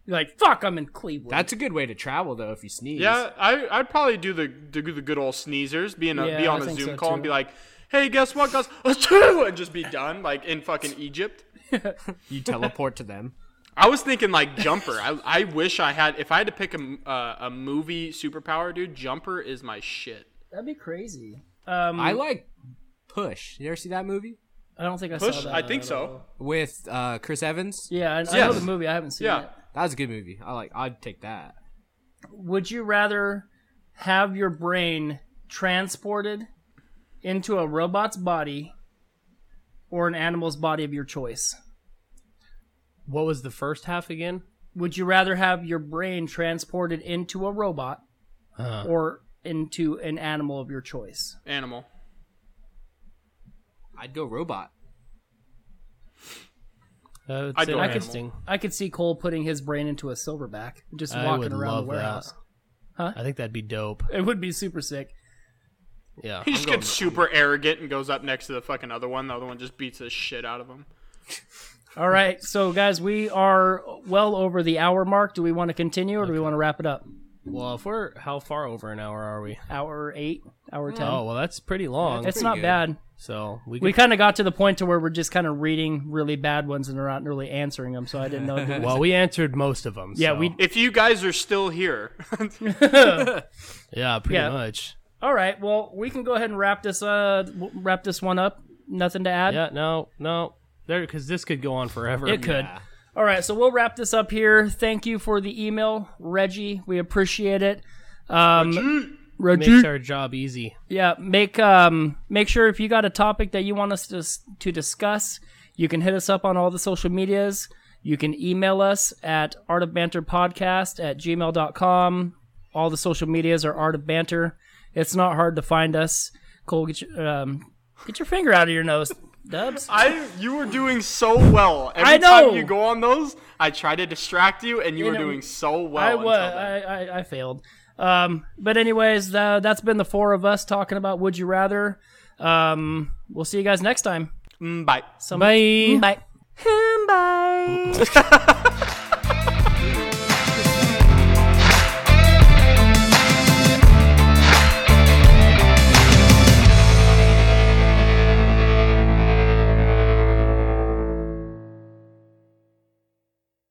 Speaker 1: You're like, fuck, I'm in Cleveland.
Speaker 3: That's a good way to travel though if you sneeze.
Speaker 4: Yeah, I I'd probably do the do the good old sneezers, be in a, be
Speaker 1: Yeah,
Speaker 4: on
Speaker 1: I
Speaker 4: a
Speaker 1: think
Speaker 4: Zoom
Speaker 1: so,
Speaker 4: call and
Speaker 1: too.
Speaker 4: be like, "Hey, guess what, guys? Achoo!" and just be done, like in fucking Egypt.
Speaker 3: You teleport to them.
Speaker 4: I was thinking like Jumper. I I wish I had if I had to pick a m- uh, a movie superpower, dude. Jumper is my shit.
Speaker 1: That'd be crazy. Um,
Speaker 3: I
Speaker 1: I,
Speaker 3: like Push. You ever see that movie
Speaker 1: don't think I saw
Speaker 4: Push,
Speaker 1: that.
Speaker 4: I think so.
Speaker 3: with uh, Chris Evans?
Speaker 1: Yeah, I, I know
Speaker 4: Yes.
Speaker 1: the movie. I haven't seen
Speaker 4: Yeah.
Speaker 1: it.
Speaker 3: That was a good movie. I like. I'd take that.
Speaker 1: Would you rather have your brain transported into a robot's body or an animal's body of your choice?
Speaker 2: What was the first half again?
Speaker 1: Would you rather have your brain transported into a robot
Speaker 2: Uh,
Speaker 1: or into an animal of your choice?
Speaker 4: Animal.
Speaker 3: I'd go robot.
Speaker 2: uh,
Speaker 4: I'd
Speaker 2: it's
Speaker 4: go animal.
Speaker 2: interesting.
Speaker 1: I could see Cole putting his brain into a silverback and just
Speaker 2: I
Speaker 1: walking
Speaker 2: would
Speaker 1: around the
Speaker 2: love that.
Speaker 1: warehouse.
Speaker 2: I think that'd be dope.
Speaker 1: It would be super sick.
Speaker 2: Yeah.
Speaker 4: He just gets super arrogant and goes up next to the fucking other one. The other one just beats the shit out of him.
Speaker 1: All right, so guys, we are well over the hour mark. Do we want to continue or do we want to wrap it up?
Speaker 2: Well, if we're how far over an hour are we?
Speaker 1: Hour eight, hour ten.
Speaker 2: Oh, well, that's pretty long.
Speaker 1: it's
Speaker 3: pretty
Speaker 1: not
Speaker 3: good.
Speaker 1: bad.
Speaker 2: so we
Speaker 1: We
Speaker 2: could,
Speaker 1: kind of got to the point to where we're just kind of reading really bad ones and they're not really answering them. So I didn't know.
Speaker 2: well, we answered most of them.
Speaker 1: Yeah,
Speaker 2: so-
Speaker 1: we-
Speaker 4: If you guys are still here,
Speaker 2: Yeah, pretty
Speaker 1: Yeah.
Speaker 2: much.
Speaker 1: All right, well, we can go ahead and wrap this uh w- wrap this one up. Nothing to add.
Speaker 2: Yeah, no, no, there because this could go on forever.
Speaker 1: It could. All right, so we'll wrap this up here. Thank you for the email, Reggie. We appreciate it. Um, Reggie.
Speaker 2: makes our job easy.
Speaker 1: Yeah, make um make sure if you got a topic that you want us to to discuss, you can hit us up on all the social medias. You can email us at artofbanterpodcast at gmail.com. All the social medias are Art of Banter. It's not hard to find us. Cole, get your, um, get your finger out of your nose, Dubs.
Speaker 4: I you were doing so well. Every
Speaker 1: I know.
Speaker 4: time you go on those, I try to distract you, and you, were
Speaker 1: know,
Speaker 4: doing so well.
Speaker 1: I
Speaker 4: until
Speaker 1: was.
Speaker 4: then.
Speaker 1: I, I, I failed. Um, but anyways, uh, that's been the four of us talking about Would You Rather. Um, we'll see you guys next time.
Speaker 4: Mm, Bye.
Speaker 1: Some-
Speaker 2: Bye.
Speaker 1: Bye. Bye.